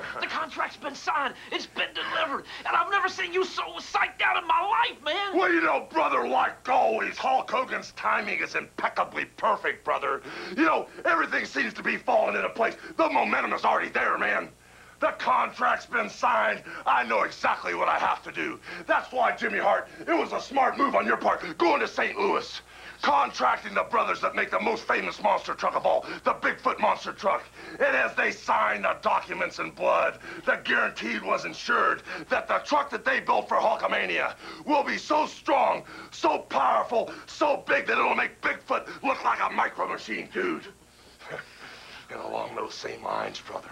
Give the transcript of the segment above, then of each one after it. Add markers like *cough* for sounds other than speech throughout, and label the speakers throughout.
Speaker 1: contract's been signed. It's been delivered. And I've never seen you so psyched out in my life, man.
Speaker 2: Well, you know, brother, like always, Hulk Hogan's timing is impeccably perfect, brother. You know, everything seems to be falling into place. The momentum is already there, man. The contract's been signed. I know exactly what I have to do. That's why, Jimmy Hart, it was a smart move on your part going to St. Louis. Contracting the brothers that make the most famous monster truck of all, the Bigfoot monster truck. And as they signed the documents in blood, the guarantee was insured that the truck that they built for Hulkamania will be so strong, so powerful, so big that it'll make Bigfoot look like a micro machine, dude. and along those same lines, brother,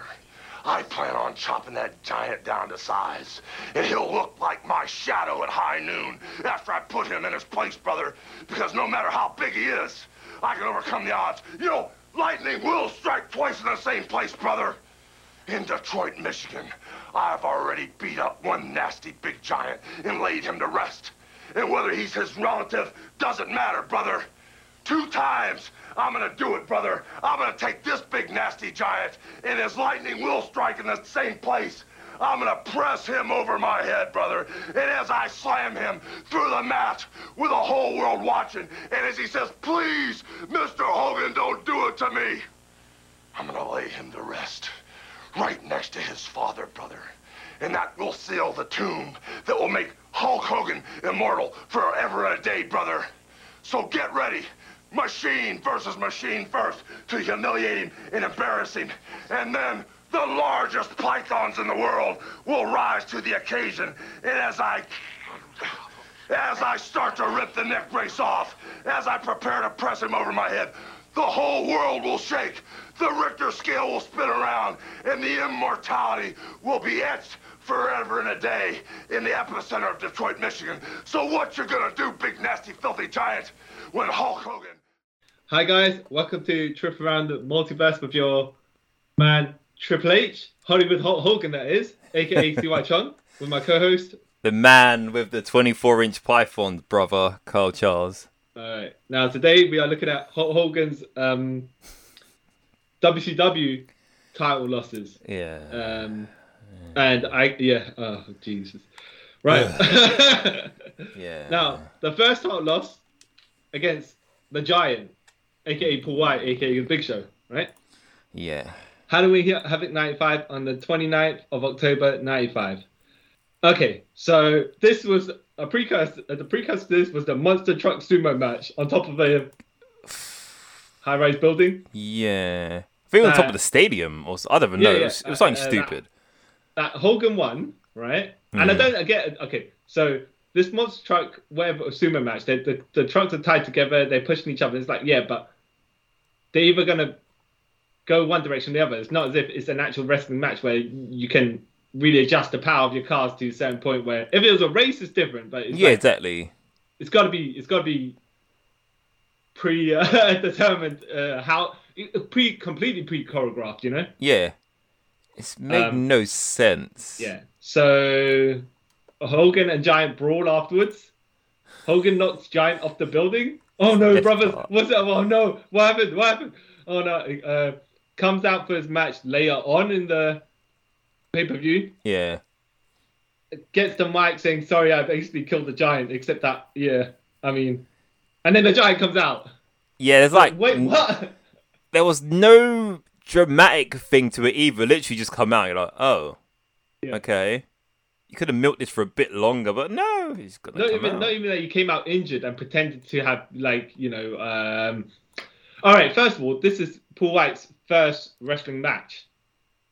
Speaker 2: I plan on chopping that giant down to size. And he'll look like my shadow at high noon after I put him in his place, brother. Because no matter how big he is, I can overcome the odds. You know, lightning will strike twice in the same place, brother. In Detroit, Michigan, I've already beat up one nasty big giant and laid him to rest. And whether he's his relative doesn't matter, brother. Two times. I'm gonna do it, brother. I'm gonna take this big nasty giant, and his lightning will strike in the same place. I'm gonna press him over my head, brother. And as I slam him through the mat with the whole world watching, and as he says, please, Mr. Hogan, don't do it to me, I'm gonna lay him to rest right next to his father, brother. And that will seal the tomb that will make Hulk Hogan immortal forever and a day, brother. So get ready. Machine versus machine first to humiliate him and embarrass him. And then the largest pythons in the world will rise to the occasion. And as I. As I start to rip the neck brace off, as I prepare to press him over my head, the whole world will shake. The Richter scale will spin around, and the immortality will be etched forever and a day in the epicenter of Detroit, Michigan. So what you gonna do, big nasty filthy giant, when Hulk Hogan?
Speaker 3: Hi guys, welcome to Trip Around the Multiverse with your man Triple H, Hollywood Hulk Hogan, that is, aka C White Chung, with my co-host.
Speaker 4: The man with the 24 inch python, brother Carl Charles.
Speaker 3: All right. Now today we are looking at Hulk Hogan's um, WCW title losses.
Speaker 4: Yeah.
Speaker 3: Um, and I yeah oh Jesus, right.
Speaker 4: yeah.
Speaker 3: *laughs* now the first title loss against the Giant, aka Paul White, aka the Big Show, right?
Speaker 4: Yeah.
Speaker 3: Halloween He- Havoc 95 on the 29th of October 95. Okay, so this was a precursor. uh, The precursor to this was the Monster Truck Sumo match on top of a high rise building.
Speaker 4: Yeah. I think on top
Speaker 3: Uh,
Speaker 4: of the stadium or s- I don't even know.
Speaker 3: yeah,
Speaker 4: it, was,
Speaker 3: yeah,
Speaker 4: it was something
Speaker 3: uh, uh,
Speaker 4: stupid.
Speaker 3: That Hogan won, right? And I don't get Okay, so this Monster Truck whatever Sumo match, they, the, the trucks are tied together, they're pushing each other. It's like, yeah, but they're either going to go one direction or the other. It's not as if it's an actual wrestling match where you can really adjust the power of your cars to a certain point where if it was a race it's different but it's
Speaker 4: yeah,
Speaker 3: like-
Speaker 4: exactly.
Speaker 3: it's got to be it's got to be pre *laughs* uh, determined uh, how pre completely pre choreographed you know
Speaker 4: Yeah. It's made
Speaker 3: Um,
Speaker 4: no sense.
Speaker 3: yeah so hogan and giant brawl afterwards hogan knocks giant off the building oh no
Speaker 4: Yes,
Speaker 3: brothers
Speaker 4: God.
Speaker 3: what's that oh no what happened what happened oh no uh, comes out for his match later on in the pay-per-view
Speaker 4: Yeah.
Speaker 3: gets the mic saying sorry i basically killed the giant except that yeah i mean and then the giant comes out
Speaker 4: Yeah, there's like
Speaker 3: wait
Speaker 4: n-
Speaker 3: what
Speaker 4: there was no dramatic thing to it either. Literally just come out, you're like, oh.
Speaker 3: Yeah.
Speaker 4: Okay. You could have milked this for a bit longer, but no, he's gonna
Speaker 3: Not
Speaker 4: come
Speaker 3: even,
Speaker 4: out.
Speaker 3: not even that you came out injured and pretended to have like you know. Um... All right, first of all, this is Paul White's first wrestling match.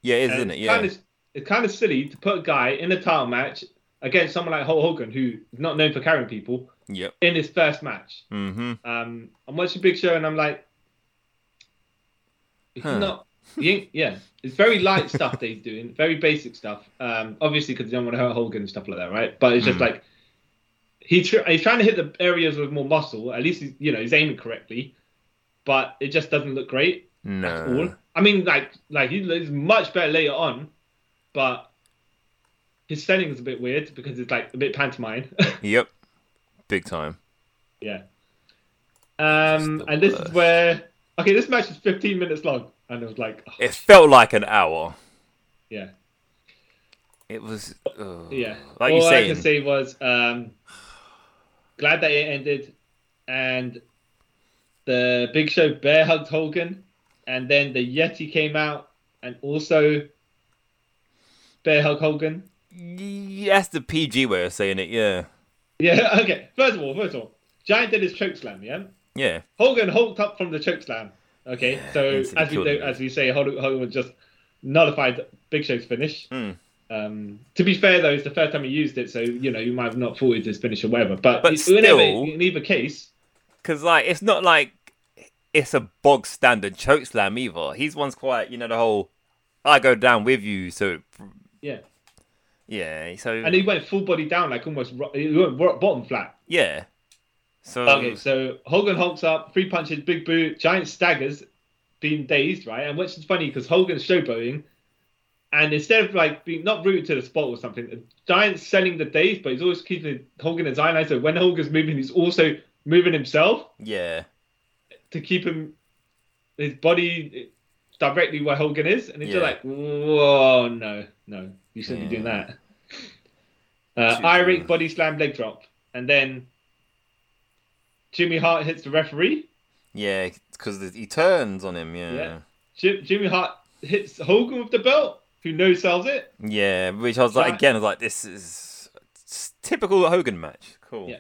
Speaker 4: yeah, it is,
Speaker 3: And
Speaker 4: isn't it?
Speaker 3: it's
Speaker 4: Yeah.
Speaker 3: Kind of, it's kind of silly to put a guy in a title match against someone like Hulk Hogan, who is not known for carrying people,
Speaker 4: Yep.
Speaker 3: in his first match.
Speaker 4: Mm-hmm.
Speaker 3: Um, I'm watching Big Show and I'm like, he's
Speaker 4: Huh.
Speaker 3: not. He ain't, yeah, it's very light stuff that he's doing, very basic stuff. Um, obviously because they don't want to hurt Hogan and stuff like that, right? But it's just like he tr- he's trying to hit the areas with more muscle. At least he's you know he's aiming correctly, but it just doesn't look great at all.
Speaker 4: No.
Speaker 3: I mean, like like he looks much better later on, but his setting is a bit weird because it's like a bit pantomime. *laughs*
Speaker 4: Yep. Big time.
Speaker 3: Yeah. Um,
Speaker 4: the
Speaker 3: and this
Speaker 4: worst.
Speaker 3: is where okay, this match is 15 minutes long, and it was like, oh,
Speaker 4: It felt like an hour.
Speaker 3: yeah.
Speaker 4: It was. ugh.
Speaker 3: Yeah.
Speaker 4: Oh. Like
Speaker 3: All
Speaker 4: you're
Speaker 3: I
Speaker 4: saying.
Speaker 3: can say was um, glad that it ended, and the Big Show bear hugged Hogan, and then the Yeti came out and also bear hugged Hogan.
Speaker 4: Y- That's the PG way of saying it, yeah.
Speaker 3: Yeah. *laughs* Okay. First of all, first of all, Giant did his choke slam. Yeah.
Speaker 4: Yeah.
Speaker 3: Hogan hulked up from the choke slam. Okay. So
Speaker 4: instantly
Speaker 3: as we
Speaker 4: killed
Speaker 3: do,
Speaker 4: him.
Speaker 3: as we say, Hogan Hogan just nullified Big Show's finish.
Speaker 4: Mm.
Speaker 3: Um, to be fair, though, it's the first time he used it, so you know you might have not thought it was finish or whatever. But,
Speaker 4: But
Speaker 3: in, whatever-
Speaker 4: still-
Speaker 3: in either case,
Speaker 4: Because, like, it's not like it's a bog standard chokeslam either. He's one's quite, you know, the whole I go down with you, so.
Speaker 3: yeah.
Speaker 4: Yeah, so.
Speaker 3: And he went full body down, like almost ro- he went ro- bottom flat.
Speaker 4: yeah. So.
Speaker 3: Okay, so Hogan hulks up, three punches, big boot, giant staggers, being dazed, right? And which is funny because Hogan's showboating, and instead of like being not rooted to the spot or something, Giant's selling the daze, but he's always keeping Hogan as ionized. So when Hogan's moving, he's also moving himself
Speaker 4: Yeah.
Speaker 3: to keep him his body directly where Hogan is, and it's just
Speaker 4: Yeah.
Speaker 3: like, whoa, no, no, you shouldn't be doing that. Uh,
Speaker 4: Too
Speaker 3: Irish
Speaker 4: close.
Speaker 3: body slam leg drop, and then Jimmy Hart hits the referee.
Speaker 4: Yeah, because he turns on him, yeah. yeah.
Speaker 3: Yeah. Ji- Jimmy Hart hits Hogan with the belt, who no sells it.
Speaker 4: which I was like,
Speaker 3: Giant-
Speaker 4: again, I was like, this is it's typical Hogan match. Cool.
Speaker 3: Yeah.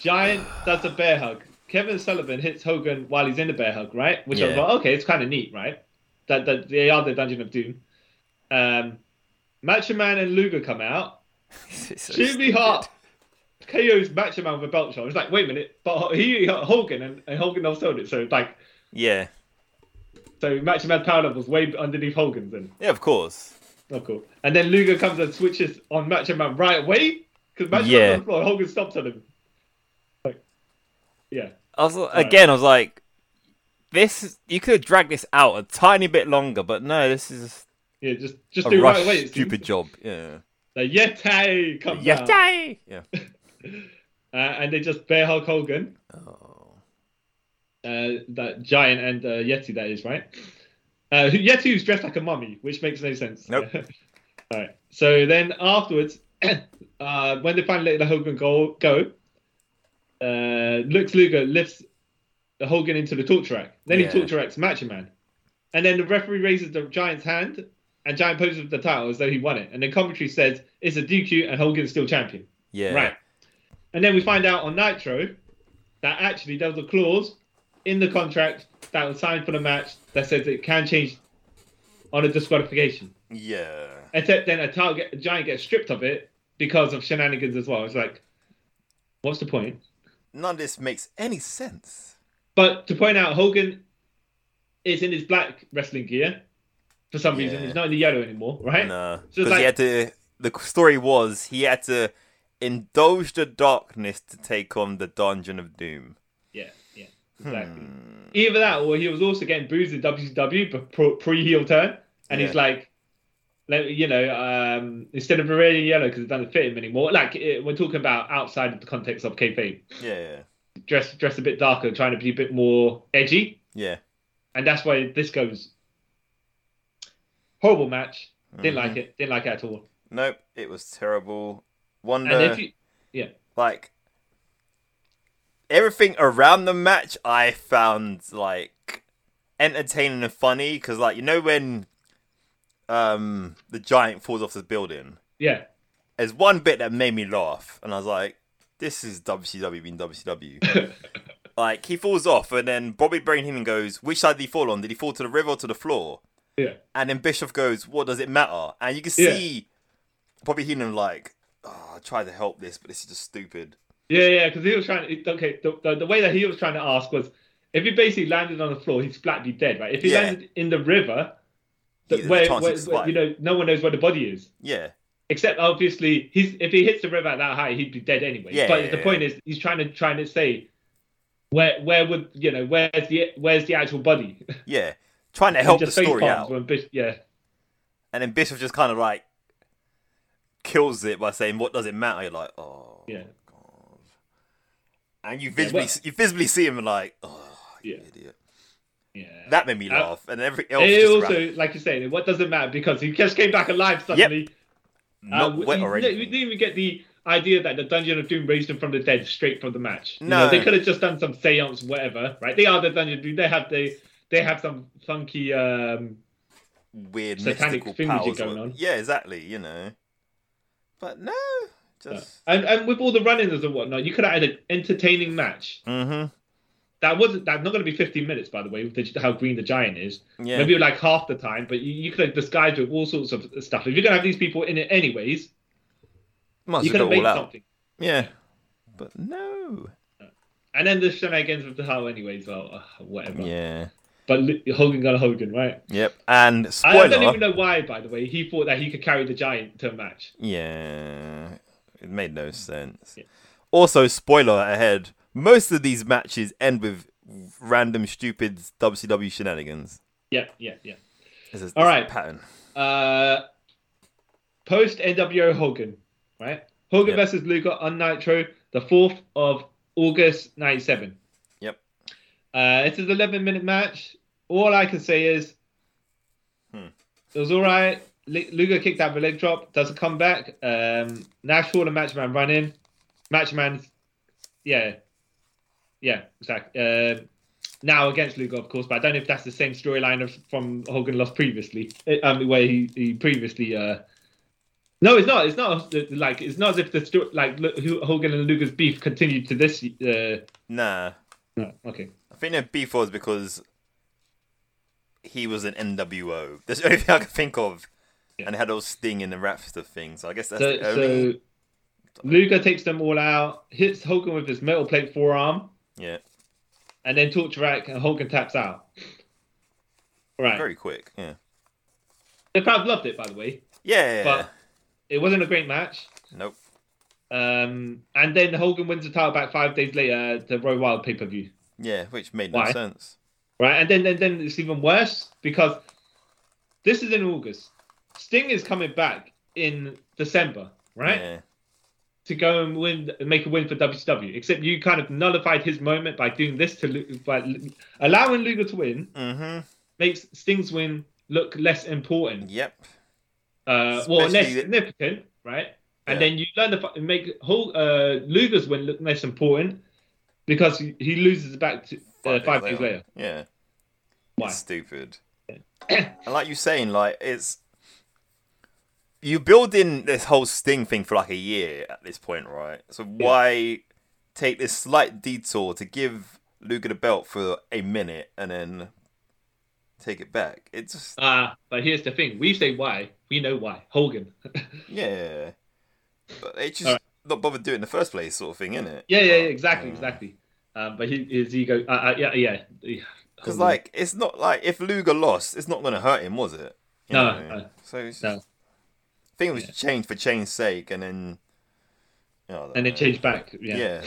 Speaker 3: Giant does a bear hug. Kevin Sullivan hits Hogan while he's in the bear hug, right? Which I was
Speaker 4: Yeah.
Speaker 3: like, okay, it's kind of neat, right? That, that they are the Dungeon of Doom. Um, Macho Man and Luger come out.
Speaker 4: *laughs* It's so
Speaker 3: Jimmy
Speaker 4: stupid.
Speaker 3: Hart KO's Macho Man with a belt shot. It's like, wait a minute, but he Hogan and, and Hogan also sold it. So like,
Speaker 4: Yeah.
Speaker 3: so Macho Man's power level was way underneath Hogan's. Then,
Speaker 4: Yeah, of course.
Speaker 3: oh cool. And then Luger comes and switches on Macho Man right away because Macho
Speaker 4: Yeah.
Speaker 3: Man's on the floor. and Hogan stops on him. Like, yeah,
Speaker 4: I was again. I was like, this. You could have dragged this out a tiny bit longer, but no. This is
Speaker 3: yeah, just just
Speaker 4: a
Speaker 3: do it
Speaker 4: rush,
Speaker 3: right away. it seems.
Speaker 4: stupid job.
Speaker 3: Uh,
Speaker 4: Yeah.
Speaker 3: Like, Yeti comes
Speaker 4: Yeah.
Speaker 3: out,
Speaker 4: Yeah.
Speaker 3: uh, and they just bear hug Hogan.
Speaker 4: Oh.
Speaker 3: uh, that giant and uh, Yeti that is, right? Uh, who- Yeti who's dressed like a mummy, which makes no sense. *laughs*
Speaker 4: Nope.
Speaker 3: All right. So then afterwards, *coughs* uh, when they finally let the Hogan go, go uh, Lex Luger lifts the Hogan into the torture rack. Then
Speaker 4: Yeah.
Speaker 3: he torture racks Macho Man. And then the referee raises the Giant's hand and Giant poses with the title as though he won it. And then commentary says it's a DQ and Hogan's still champion.
Speaker 4: Yeah.
Speaker 3: Right. And then we find out on Nitro that actually there was a clause in the contract that was signed for the match that says it can change on a disqualification.
Speaker 4: Yeah.
Speaker 3: Except then a target a giant gets stripped of it because of shenanigans as well. It's like, what's the point?
Speaker 4: None of this makes any sense.
Speaker 3: But to point out, Hogan is in his black wrestling gear for some reason.
Speaker 4: Yeah.
Speaker 3: He's not in the yellow anymore, right?
Speaker 4: No.
Speaker 3: So
Speaker 4: Because
Speaker 3: it's
Speaker 4: he
Speaker 3: like-
Speaker 4: had to. The story was he had to indulge the darkness to take on the Dungeon of Doom.
Speaker 3: Yeah, yeah,
Speaker 4: Hmm.
Speaker 3: exactly. Either that, or he was also getting booed in WCW pre heel turn, and he's
Speaker 4: Yeah.
Speaker 3: like, like, you know, um, instead of a red and yellow because it doesn't fit him anymore. Like it, we're talking about outside of the context of kayfabe,
Speaker 4: Yeah.
Speaker 3: dress dress a bit darker, trying to be a bit more edgy,
Speaker 4: Yeah.
Speaker 3: and that's why this goes horrible match. Didn't
Speaker 4: Mm-hmm.
Speaker 3: like it. Didn't like it at all.
Speaker 4: Nope. It was terrible. Wonder.
Speaker 3: And if you, yeah,
Speaker 4: like everything around the match i found like entertaining and funny because like you know when um the giant falls off the building
Speaker 3: yeah,
Speaker 4: there's one bit that made me laugh and i was like this is wcw being wcw like he falls off and then bobby brain heenan goes which side did he fall on did he fall to the river or to the floor
Speaker 3: yeah,
Speaker 4: and then Bischoff goes, "What does it matter?" And you can
Speaker 3: Yeah.
Speaker 4: see Bobby Heenan like, oh, "I tried to help this, but this is just stupid."
Speaker 3: yeah, yeah. Because he was trying. it- Okay, the, the, the way that he was trying to ask was. If he basically landed on the floor, he's flat be dead, right? If he
Speaker 4: Yeah.
Speaker 3: landed in the river, that
Speaker 4: He- there's a
Speaker 3: where,
Speaker 4: chance
Speaker 3: where-
Speaker 4: he'd
Speaker 3: where- you
Speaker 4: survive.
Speaker 3: know no one knows where the body is
Speaker 4: Yeah,
Speaker 3: except obviously he's if he hits the river at that height he'd be dead anyway
Speaker 4: Yeah,
Speaker 3: but
Speaker 4: yeah,
Speaker 3: the
Speaker 4: yeah.
Speaker 3: point is he's trying to trying to say where where would you know where's the where's the actual body *laughs*
Speaker 4: yeah, trying to help the
Speaker 3: face
Speaker 4: story
Speaker 3: palms
Speaker 4: out,
Speaker 3: when Bish- yeah
Speaker 4: and then Bischoff just kind of like kills it by saying, "What does it matter?" You're like, "Oh,"
Speaker 3: yeah
Speaker 4: and you visibly
Speaker 3: well-
Speaker 4: you visibly see him and like, "Oh, you
Speaker 3: Yeah.
Speaker 4: idiot."
Speaker 3: yeah
Speaker 4: That made me
Speaker 3: Uh,
Speaker 4: laugh, and everything else.
Speaker 3: it
Speaker 4: just
Speaker 3: also
Speaker 4: around-
Speaker 3: like you're saying what doesn't matter because he just came back alive suddenly
Speaker 4: not
Speaker 3: we-
Speaker 4: wet or
Speaker 3: we- We
Speaker 4: anything.
Speaker 3: didn't even get the idea that the Dungeon of Doom raised them from the dead straight from the match. You
Speaker 4: No.
Speaker 3: know, they could have just done some seance, whatever. Right? They are the Dungeon of Doom. They have the they have some funky. um
Speaker 4: Weird
Speaker 3: satanic
Speaker 4: mystical
Speaker 3: thing magic
Speaker 4: powers.
Speaker 3: going
Speaker 4: or-
Speaker 3: on.
Speaker 4: Yeah, exactly. You know, but no, just
Speaker 3: and, and with all the run-ins and whatnot, you could have had an entertaining match.
Speaker 4: mm-hmm.
Speaker 3: That wasn't that's not going to be 15 minutes, by the way, with the, how green the giant is.
Speaker 4: Yeah,
Speaker 3: Maybe like half the time, but you, you could have disguised with all sorts of stuff. If you're going to have these people in it anyways,
Speaker 4: must
Speaker 3: you
Speaker 4: have
Speaker 3: could have
Speaker 4: got
Speaker 3: made
Speaker 4: all out.
Speaker 3: something.
Speaker 4: Yeah, but no.
Speaker 3: And then the shenanigans with the how anyways, well, uh, whatever.
Speaker 4: Yeah.
Speaker 3: But li- Hogan got Hogan, right?
Speaker 4: Yep. And
Speaker 3: I- I don't
Speaker 4: spoiler.
Speaker 3: even know why, by the way, he thought that he could carry the giant to a match.
Speaker 4: Yeah, it made no sense.
Speaker 3: Yeah.
Speaker 4: Also, spoiler ahead: most of these matches end with random, stupid WCW shenanigans.
Speaker 3: Yeah, yeah, yeah.
Speaker 4: It's a, it's
Speaker 3: All
Speaker 4: a
Speaker 3: right.
Speaker 4: pattern.
Speaker 3: Uh, post NWO Hogan, right? Hogan
Speaker 4: Yep.
Speaker 3: versus Luger on Nitro, the 4th of August 97.
Speaker 4: Yep.
Speaker 3: Uh, it's an 11 minute match. All I can say is
Speaker 4: Hmm.
Speaker 3: it was all right. L- Luger kicked out of a leg drop, does a comeback. Um, Nash saw the matchman run in. Matchman, yeah. Yeah, exactly. Uh, now against Luger, of course, but I don't know if that's the same storyline of from Hogan lost previously, eh, um, where he, he previously. Uh... No, it's not. It's not uh, like it's not as if the sto- like look, who- Hogan and Luger's beef continued to this. Uh...
Speaker 4: Nah,
Speaker 3: No, okay.
Speaker 4: I think their beef was because he was an NWO. That's the only thing I can think of.
Speaker 3: Yeah.
Speaker 4: And it had all Sting and the Rapster thing, so I guess that's
Speaker 3: So,
Speaker 4: the only.
Speaker 3: so Luger takes them all out, hits Hogan with his metal plate forearm,
Speaker 4: Yeah,
Speaker 3: and then torture rack, and Hogan taps out. Right.
Speaker 4: very quick. Yeah,
Speaker 3: The crowd loved it, by the way,
Speaker 4: yeah.
Speaker 3: but it wasn't a great match.
Speaker 4: nope.
Speaker 3: Um, and then Hogan wins the title back five days later at the Royal Wild pay per view.
Speaker 4: Yeah, which made no
Speaker 3: Why?
Speaker 4: sense.
Speaker 3: Right, and then, then then it's even worse because this is in August. Sting is coming back in December, right?
Speaker 4: Yeah.
Speaker 3: To go and win, make a win for WCW. Except you kind of nullified his moment by doing this to Lu- by l- allowing Luger to win
Speaker 4: Mm-hmm.
Speaker 3: makes Sting's win look less important,
Speaker 4: Yep.
Speaker 3: uh, well, less
Speaker 4: Especially-
Speaker 3: significant, right? And
Speaker 4: Yeah.
Speaker 3: then you learn to fu- make whole uh, Luger's win look less important because he, he loses back to, uh, five days later.
Speaker 4: Yeah.
Speaker 3: Why?
Speaker 4: It's stupid. and like you saying, like it's you build in this whole Sting thing for like a year at this point, right? So why take this slight detour to give Luger the belt for a minute and then take it back? It's just
Speaker 3: Ah, but here's the thing. We say why. We know why. Hogan. *laughs* yeah,
Speaker 4: yeah, but it's just
Speaker 3: Alright.
Speaker 4: not bothered doing it in the first place, sort of thing, isn't it?
Speaker 3: Oh, yeah, yeah, exactly, exactly. Um, but he, his ego. Uh, uh, yeah, yeah.
Speaker 4: Because
Speaker 3: Hogan.
Speaker 4: like it's not like if Luger lost, it's not going to hurt him, was it? You
Speaker 3: No,
Speaker 4: know?
Speaker 3: no.
Speaker 4: So it's just,
Speaker 3: No.
Speaker 4: I think it was change for change's sake, and then. you know, I don't
Speaker 3: and
Speaker 4: know.
Speaker 3: it changed back. Yeah.
Speaker 4: Yeah.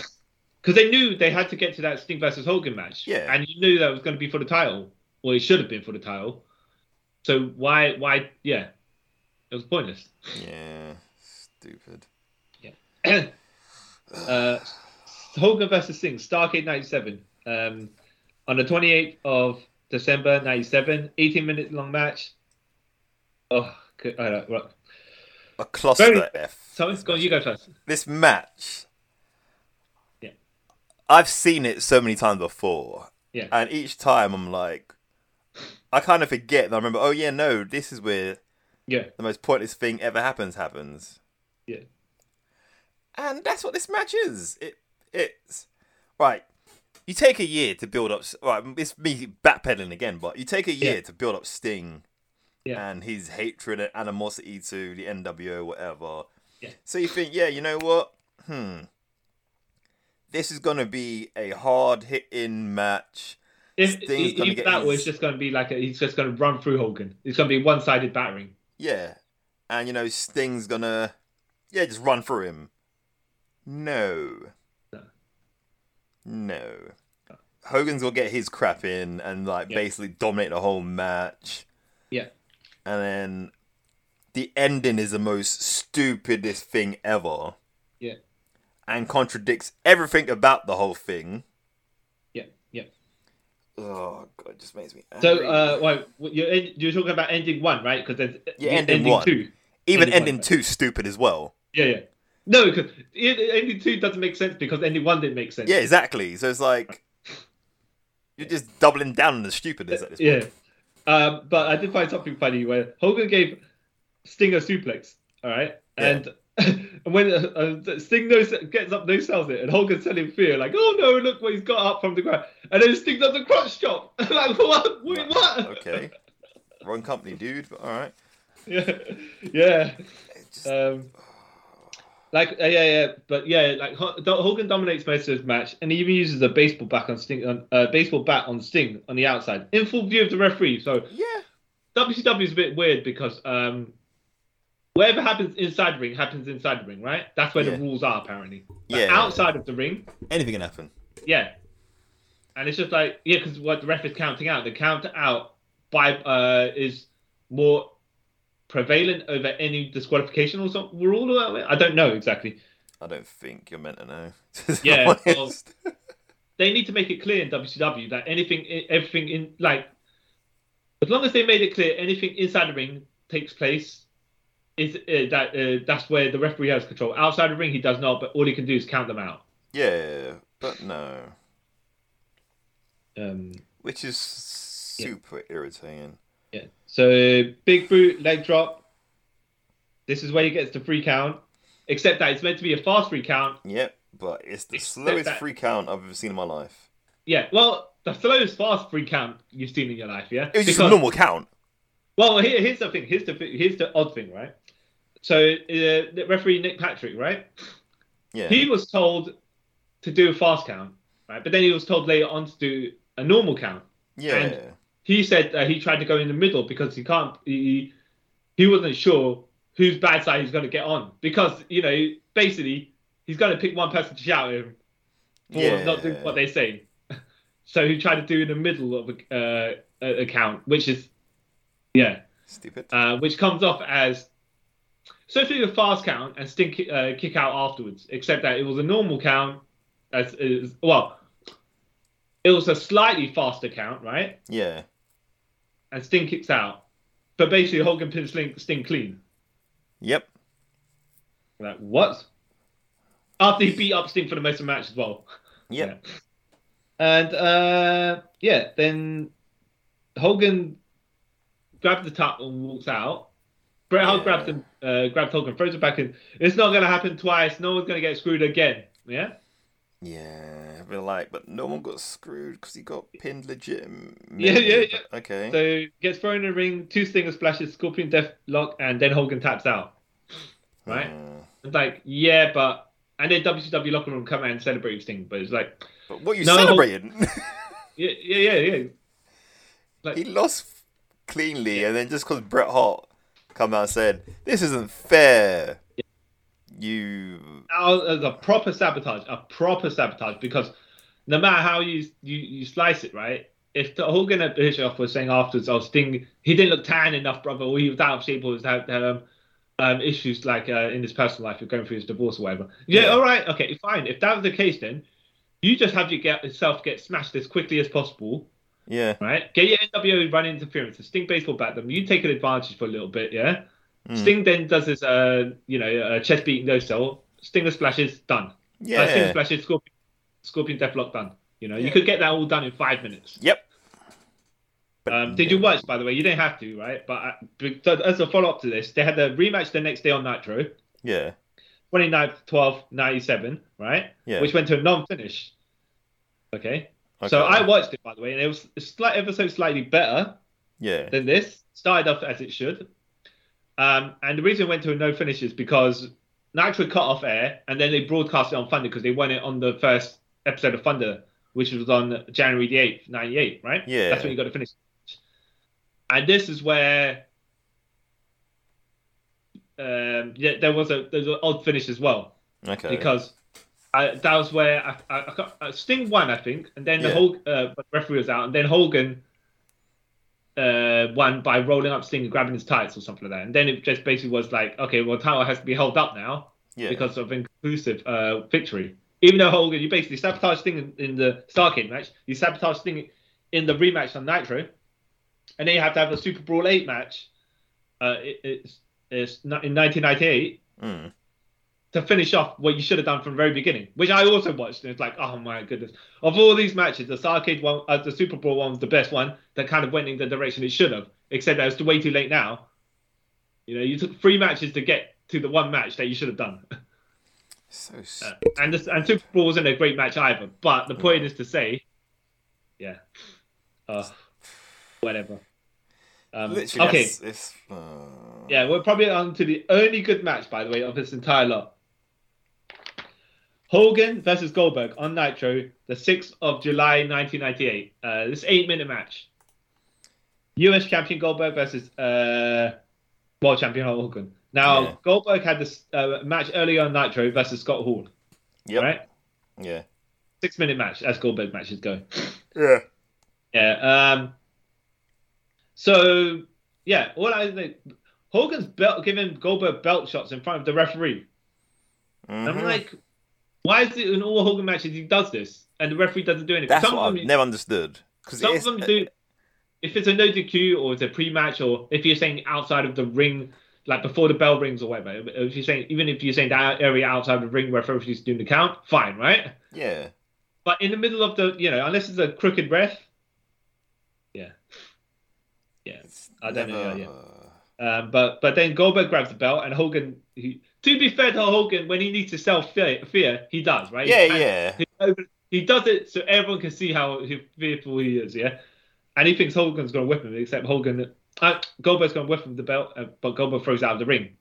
Speaker 3: Because they knew they had to get to that Sting versus Hogan match.
Speaker 4: Yeah.
Speaker 3: And you knew that was going to be for the title. Well, it should have been for the title. So why? Why? Yeah. It was
Speaker 4: *sighs*
Speaker 3: pointless.
Speaker 4: Yeah. Stupid.
Speaker 3: uh, Hogan versus Sting, Starcade 97. Um, on the 28th of December 97, 18 minute long match. Oh, good. All right, right.
Speaker 4: A cluster
Speaker 3: Very-
Speaker 4: F.
Speaker 3: So it's gone. You go first.
Speaker 4: This match.
Speaker 3: Yeah.
Speaker 4: I've seen it so many times before,
Speaker 3: Yeah.
Speaker 4: and each time I'm like, I kind of forget. And I remember, oh yeah, no, this is where
Speaker 3: yeah.
Speaker 4: the most pointless thing ever happens happens.
Speaker 3: Yeah.
Speaker 4: and that's what this match is. It it's right. You take a year to build up. Right, it's me backpedaling again, but you take a year
Speaker 3: Yeah.
Speaker 4: to build up Sting
Speaker 3: Yeah.
Speaker 4: and his hatred and animosity to the NWO, whatever.
Speaker 3: Yeah.
Speaker 4: So you think, yeah, you know what? Hmm. This is gonna be a hard hitting match.
Speaker 3: If,
Speaker 4: Sting's
Speaker 3: if
Speaker 4: gonna
Speaker 3: if
Speaker 4: get
Speaker 3: that
Speaker 4: his-
Speaker 3: was just going to be like a, he's just going to run through Hogan. It's going to be one sided battering.
Speaker 4: Yeah. And you know, Sting's gonna Yeah, just run through him. No.
Speaker 3: No.
Speaker 4: No. Hogan's gonna get his crap in and like
Speaker 3: Yeah.
Speaker 4: basically dominate the whole match.
Speaker 3: Yeah.
Speaker 4: And then the ending is the most stupidest thing ever.
Speaker 3: Yeah.
Speaker 4: And contradicts everything about the whole thing.
Speaker 3: Yeah. Yeah.
Speaker 4: Oh god, it just makes me angry.
Speaker 3: uh, So, uh, well, you're, en- you're talking about ending one, right? Because there's
Speaker 4: Yeah,
Speaker 3: the
Speaker 4: ending one.
Speaker 3: two.
Speaker 4: Even
Speaker 3: Ending
Speaker 4: ending
Speaker 3: one.
Speaker 4: two stupid as well.
Speaker 3: Yeah, yeah. No, because Ending 2 doesn't make sense because Ending 1 didn't make sense.
Speaker 4: Yeah, exactly. So it's like you're just doubling down on the stupidness at this point.
Speaker 3: Uh, Yeah. Um, but I did find something funny where Hogan gave Sting a suplex, all right?
Speaker 4: Yeah.
Speaker 3: And *laughs* and when uh, uh, Sting no, gets up, no sells it, and Hogan's telling fear, like, oh no, look what he's got up from the ground. And then Sting does a crotch chop. *laughs* like, what? Wait, what?
Speaker 4: Okay. Wrong company, dude. But all right.
Speaker 3: *laughs* Yeah. yeah.
Speaker 4: It's just-
Speaker 3: Um, like uh, yeah, yeah, but yeah, like Ho- Do- Hogan dominates most of his match, and he even uses a baseball bat on Sting, on, uh, baseball bat on Sting on the outside, in full view of the referee. So
Speaker 4: yeah.
Speaker 3: WCW is a bit weird because um, whatever happens inside the ring happens inside the ring, right? That's where
Speaker 4: Yeah.
Speaker 3: the rules are apparently. But
Speaker 4: Yeah.
Speaker 3: Outside of the ring,
Speaker 4: Anything can happen.
Speaker 3: yeah. And it's just like yeah, because what the ref is counting out, the count out by uh is more prevalent over any disqualification or something rule. or something. I don't know exactly.
Speaker 4: I don't think you're meant to know. *laughs*
Speaker 3: Yeah, well-
Speaker 4: Honest.
Speaker 3: They need to make it clear in WCW that anything, e, everything in like, as long as they made it clear anything inside the ring takes place, is uh, that uh, that's where the referee has control. Outside the ring, he does not, but all he can do is count them out.
Speaker 4: yeah, but no.
Speaker 3: Um,
Speaker 4: Which is super irritating.
Speaker 3: Yeah. So big boot, leg drop. This is where he gets the free count. Except that it's meant to be a fast free count.
Speaker 4: Yep, but it's the
Speaker 3: Except
Speaker 4: slowest
Speaker 3: that-
Speaker 4: free count I've ever seen in my life.
Speaker 3: Yeah. Well, the slowest fast free count you've seen in your life. Yeah.
Speaker 4: It was just a
Speaker 3: Because-
Speaker 4: normal count.
Speaker 3: Well, here, here's the thing. Here's the thi- here's the odd thing, right? So uh, the referee Nick Patrick, right?
Speaker 4: Yeah.
Speaker 3: He was told to do a fast count, right? But then he was told later on to do a normal count.
Speaker 4: yeah.
Speaker 3: and- he said that he tried to go in the middle because he can't he he wasn't sure whose bad side he's going to get on because you know basically he's going to pick one person to shout at him for
Speaker 4: Yeah.
Speaker 3: not doing what they say *laughs* so he tried to do in the middle of a, uh, a- a count which is yeah
Speaker 4: Stupid.
Speaker 3: uh, which comes off as essentially a fast count and stink uh, kick out afterwards, except that it was a normal count. As is, well, it was a slightly faster count, right?
Speaker 4: yeah.
Speaker 3: And Sting kicks out, but basically Hogan pins Sting, Sting clean.
Speaker 4: Yep.
Speaker 3: Like what? After he beat up Sting for the most of the match as well.
Speaker 4: Yep.
Speaker 3: And uh, yeah, then Hogan grabs the top and walks out. Bret Hart
Speaker 4: Yeah.
Speaker 3: grabs him, uh, grabs Hogan, throws it back in. It's not going to happen twice. No one's going to get screwed again. Yeah.
Speaker 4: Yeah. But like, but no one got screwed because he got pinned legit.
Speaker 3: Yeah, yeah, yeah.
Speaker 4: Okay.
Speaker 3: So gets thrown in the ring, two stinger splashes, scorpion death lock, and then Hogan taps out. Right.
Speaker 4: Uh,
Speaker 3: It's like yeah, but and then WCW locker room come out and celebrate with Sting, but it's like
Speaker 4: but what are you
Speaker 3: No.
Speaker 4: celebrating?
Speaker 3: yeah, yeah, yeah, yeah.
Speaker 4: he lost cleanly, and then just because Bret Hart come out and said this isn't fair, you
Speaker 3: that was that was a proper sabotage, a proper sabotage, because no matter how you you, you slice it, right? If the Hogan and Bischoff was saying afterwards, "Oh, Sting, he didn't look tan enough, brother, or he was out of shape, or was had um, um, issues like uh, in his personal life, you're going through his divorce or whatever." Yeah,
Speaker 4: Yeah.
Speaker 3: all right, okay, fine. If that was the case, then you just have your get, yourself get smashed as quickly as possible,
Speaker 4: yeah
Speaker 3: right? Get your NWO run interference, and Sting baseball bat them. You take an advantage for a little bit, yeah.
Speaker 4: Hmm.
Speaker 3: Sting then does his, uh, you know, uh, chest beating no cell. Stinger splashes done.
Speaker 4: yeah
Speaker 3: Uh, Sting splashes, Scorpion, Scorpion Deathlock done. You know, you could get that all done in five minutes.
Speaker 4: yep. But
Speaker 3: Um, did you watch, by the way? You didn't have to, right? But uh, but as a follow up to this, they had a rematch the next day on Nitro,
Speaker 4: Yeah.
Speaker 3: 29th, 12th, 97, right?
Speaker 4: Yeah.
Speaker 3: Which went to a non finish. Okay.
Speaker 4: Okay.
Speaker 3: So I watched it, by the way, and it was slight, ever so slightly better
Speaker 4: Yeah.
Speaker 3: than this. Started off as it should. Um, and the reason it went to a no finish is because Nitro cut off air and then they broadcast it on Thunder because they won it on the first episode of Thunder, which was on January the 8th, 98, right?
Speaker 4: Yeah.
Speaker 3: That's when you got to finish. And this is where um, yeah, there was a there's an odd finish as well
Speaker 4: Okay.
Speaker 3: because I, that was where I, I, I, can't- uh, Sting won, I think, and then the
Speaker 4: Yeah.
Speaker 3: whole uh, but the referee was out, and then Hogan uh, won by rolling up Sting and grabbing his tights or something like that, and then it just basically was like, okay, well, title has to be held up now
Speaker 4: yeah.
Speaker 3: because of inconclusive uh, victory. Even though Hogan, you basically sabotaged Sting in, in the Starcade match, you sabotaged Sting in the rematch on Nitro, and then you have to have a Super Brawl eight match. Uh, it, it's is in 1998
Speaker 4: Mm.
Speaker 3: to finish off what you should have done from the very beginning, which I also watched. And it's like, oh my goodness. Of all these matches, this arcade one, uh, the Super Bowl one was the best one that kind of went in the direction it should have, except that it's way too late now. You know, you took three matches to get to the one match that you should have done.
Speaker 4: So
Speaker 3: Uh,
Speaker 4: s-
Speaker 3: and this, and Super Bowl wasn't a great match either. But the point is to say, yeah, uh, whatever. Um,
Speaker 4: literally,
Speaker 3: okay,
Speaker 4: that's- it's, uh,
Speaker 3: yeah, we're probably on to the only good match, by the way, of this entire lot. Hogan versus Goldberg on Nitro, the 6th of July, 1998. Uh, this eight-minute match. US champion Goldberg versus uh, world champion Hogan. Now,
Speaker 4: Yeah.
Speaker 3: Goldberg had this uh, match earlier on Nitro versus Scott Hall,
Speaker 4: yep,
Speaker 3: right?
Speaker 4: yeah,
Speaker 3: six minute match as Goldberg matches go.
Speaker 4: yeah.
Speaker 3: Yeah. Um. So yeah, all I think Hogan's belt giving Goldberg belt shots in front of the referee. And I'm
Speaker 4: Mhm.
Speaker 3: like, why is it in all Hogan matches he does this and the referee doesn't do anything?
Speaker 4: that's
Speaker 3: some
Speaker 4: what
Speaker 3: of
Speaker 4: I've
Speaker 3: them,
Speaker 4: never understood. Because
Speaker 3: some of them do. If it's a no DQ or it's a pre match or if you're saying outside of the ring. Like before the bell rings or whatever. If you're saying, even if you're saying that area outside the ring where referees doing the count, fine, right?
Speaker 4: yeah,
Speaker 3: But in the middle of the, you know, unless it's a crooked ref. Yeah. Yeah.
Speaker 4: it's
Speaker 3: I don't know,
Speaker 4: never-
Speaker 3: yeah, Um, but but then Goldberg grabs the belt and Hogan. He, to be fair to Hogan, when he needs to sell fear, fear he does right.
Speaker 4: yeah,
Speaker 3: he, pan-
Speaker 4: yeah.
Speaker 3: He, over- he does it so everyone can see how he- fearful he is. Yeah. And he thinks Hogan's going to whip him, except Hogan, uh, Goldberg's going to whip him the belt, uh, but Goldberg throws out of the ring.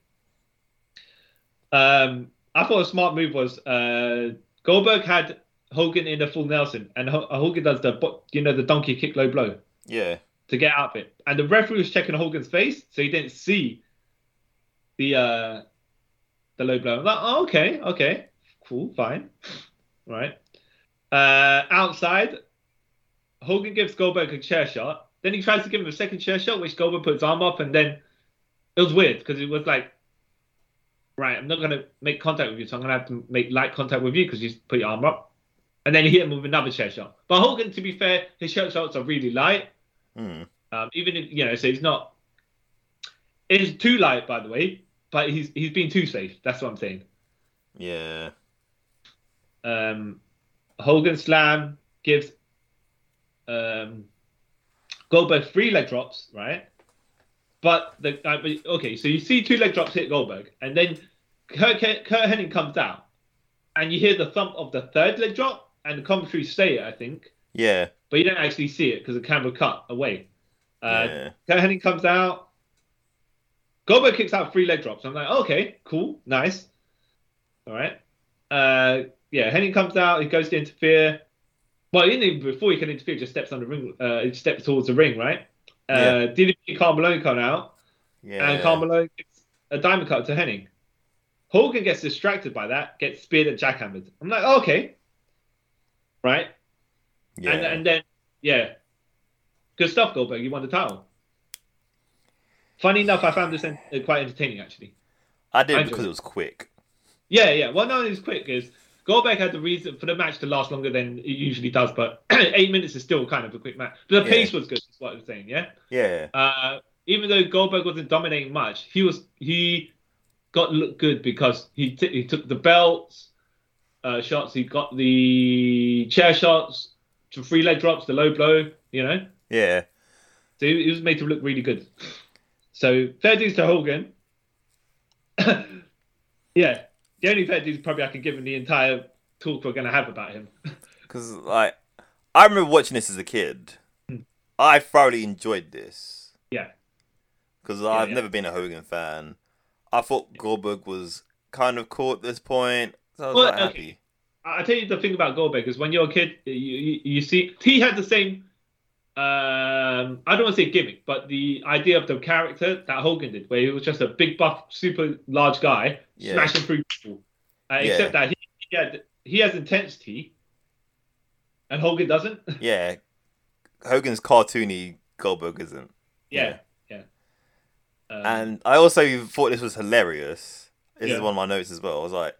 Speaker 3: Um, I thought a smart move was uh, Goldberg had Hogan in the full Nelson, and Ho- Hogan does the bo- you know the donkey kick low blow
Speaker 4: Yeah,
Speaker 3: to get out of it. And the referee was checking Hogan's face, so he didn't see the uh the low blow. I'm like, oh, okay, okay, cool, fine, *laughs* right. Uh, outside, Hogan gives Goldberg a chair shot. Then he tries to give him a second chair shot, which Goldberg puts his arm up, and then it was weird because it was like, right, I'm not gonna make contact with you, so I'm gonna have to make light contact with you because you put your arm up. And then he hit him with another chair shot. But Hogan, to be fair, his chair shots are really light.
Speaker 4: mm.
Speaker 3: Um, even if you know, so he's not. It's too light, by the way, but he's he's been too safe. That's what I'm saying.
Speaker 4: yeah.
Speaker 3: Um, Hogan slam gives um, Goldberg three leg drops, right? But the I mean, okay, so you see two leg drops hit Goldberg, and then Kurt, Kurt Hennig comes out, and you hear the thump of the third leg drop, and the commentary say it, I think.
Speaker 4: Yeah,
Speaker 3: but you don't actually see it because the camera cut away. Uh,
Speaker 4: Yeah.
Speaker 3: Kurt Hennig comes out. Goldberg kicks out three leg drops. I'm like, okay, cool, nice. All right. Uh, yeah, Henning comes out. He goes to interfere. Well, he didn't even, before he can interfere, just steps on the ring. Uh, he steps towards the ring, right? Uh, DDP Karl Malone come out,
Speaker 4: yeah.
Speaker 3: and Karl Malone gives a diamond cut to Henning. Hogan gets distracted by that, gets speared and jackhammered. I'm like, okay, right.
Speaker 4: yeah.
Speaker 3: And, and then, yeah. Good stuff, Goldberg. You won the title. Funny enough, I found this en- uh, quite entertaining, actually.
Speaker 4: I did
Speaker 3: I
Speaker 4: it because
Speaker 3: do.
Speaker 4: it was quick.
Speaker 3: Yeah, yeah. Well, no, it's quick. Is Goldberg had the reason for the match to last longer than it usually does, but *clears throat* eight minutes is still kind of a quick match. But the
Speaker 4: Yeah.
Speaker 3: pace was good, is what I'm saying, yeah?
Speaker 4: Yeah,
Speaker 3: Uh, even though Goldberg wasn't dominating much, he was he got looked good because he t- he took the belts, uh, shots, he got the chair shots, the free leg drops, the low blow, you know?
Speaker 4: yeah.
Speaker 3: So he, he was made to look really good. So fair dues to Hogan. *coughs* yeah, the only fair dues probably I can give him the entire talk we're going to have about him.
Speaker 4: Because like, I remember watching this as a kid. I thoroughly enjoyed this
Speaker 3: Hmm. Yeah,
Speaker 4: because I've
Speaker 3: yeah.
Speaker 4: never been a Hogan fan. I thought Goldberg was kind of cool at this point, so I was
Speaker 3: Well,
Speaker 4: like,
Speaker 3: okay.
Speaker 4: happy.
Speaker 3: I I tell you the thing about Goldberg is when you're a kid, you you, you see he had the same. Um, I don't want to say gimmick, but the idea of the character that Hogan did, where he was just a big buff, super large guy
Speaker 4: Yeah.
Speaker 3: smashing through people. Uh,
Speaker 4: Yeah.
Speaker 3: Except that he, he had he has intensity, and Hogan doesn't. *laughs*
Speaker 4: Yeah, Hogan's cartoony. Goldberg isn't.
Speaker 3: Yeah, yeah. Um,
Speaker 4: And I also thought this was hilarious. This
Speaker 3: Yeah.
Speaker 4: is one of my notes as well. I was like,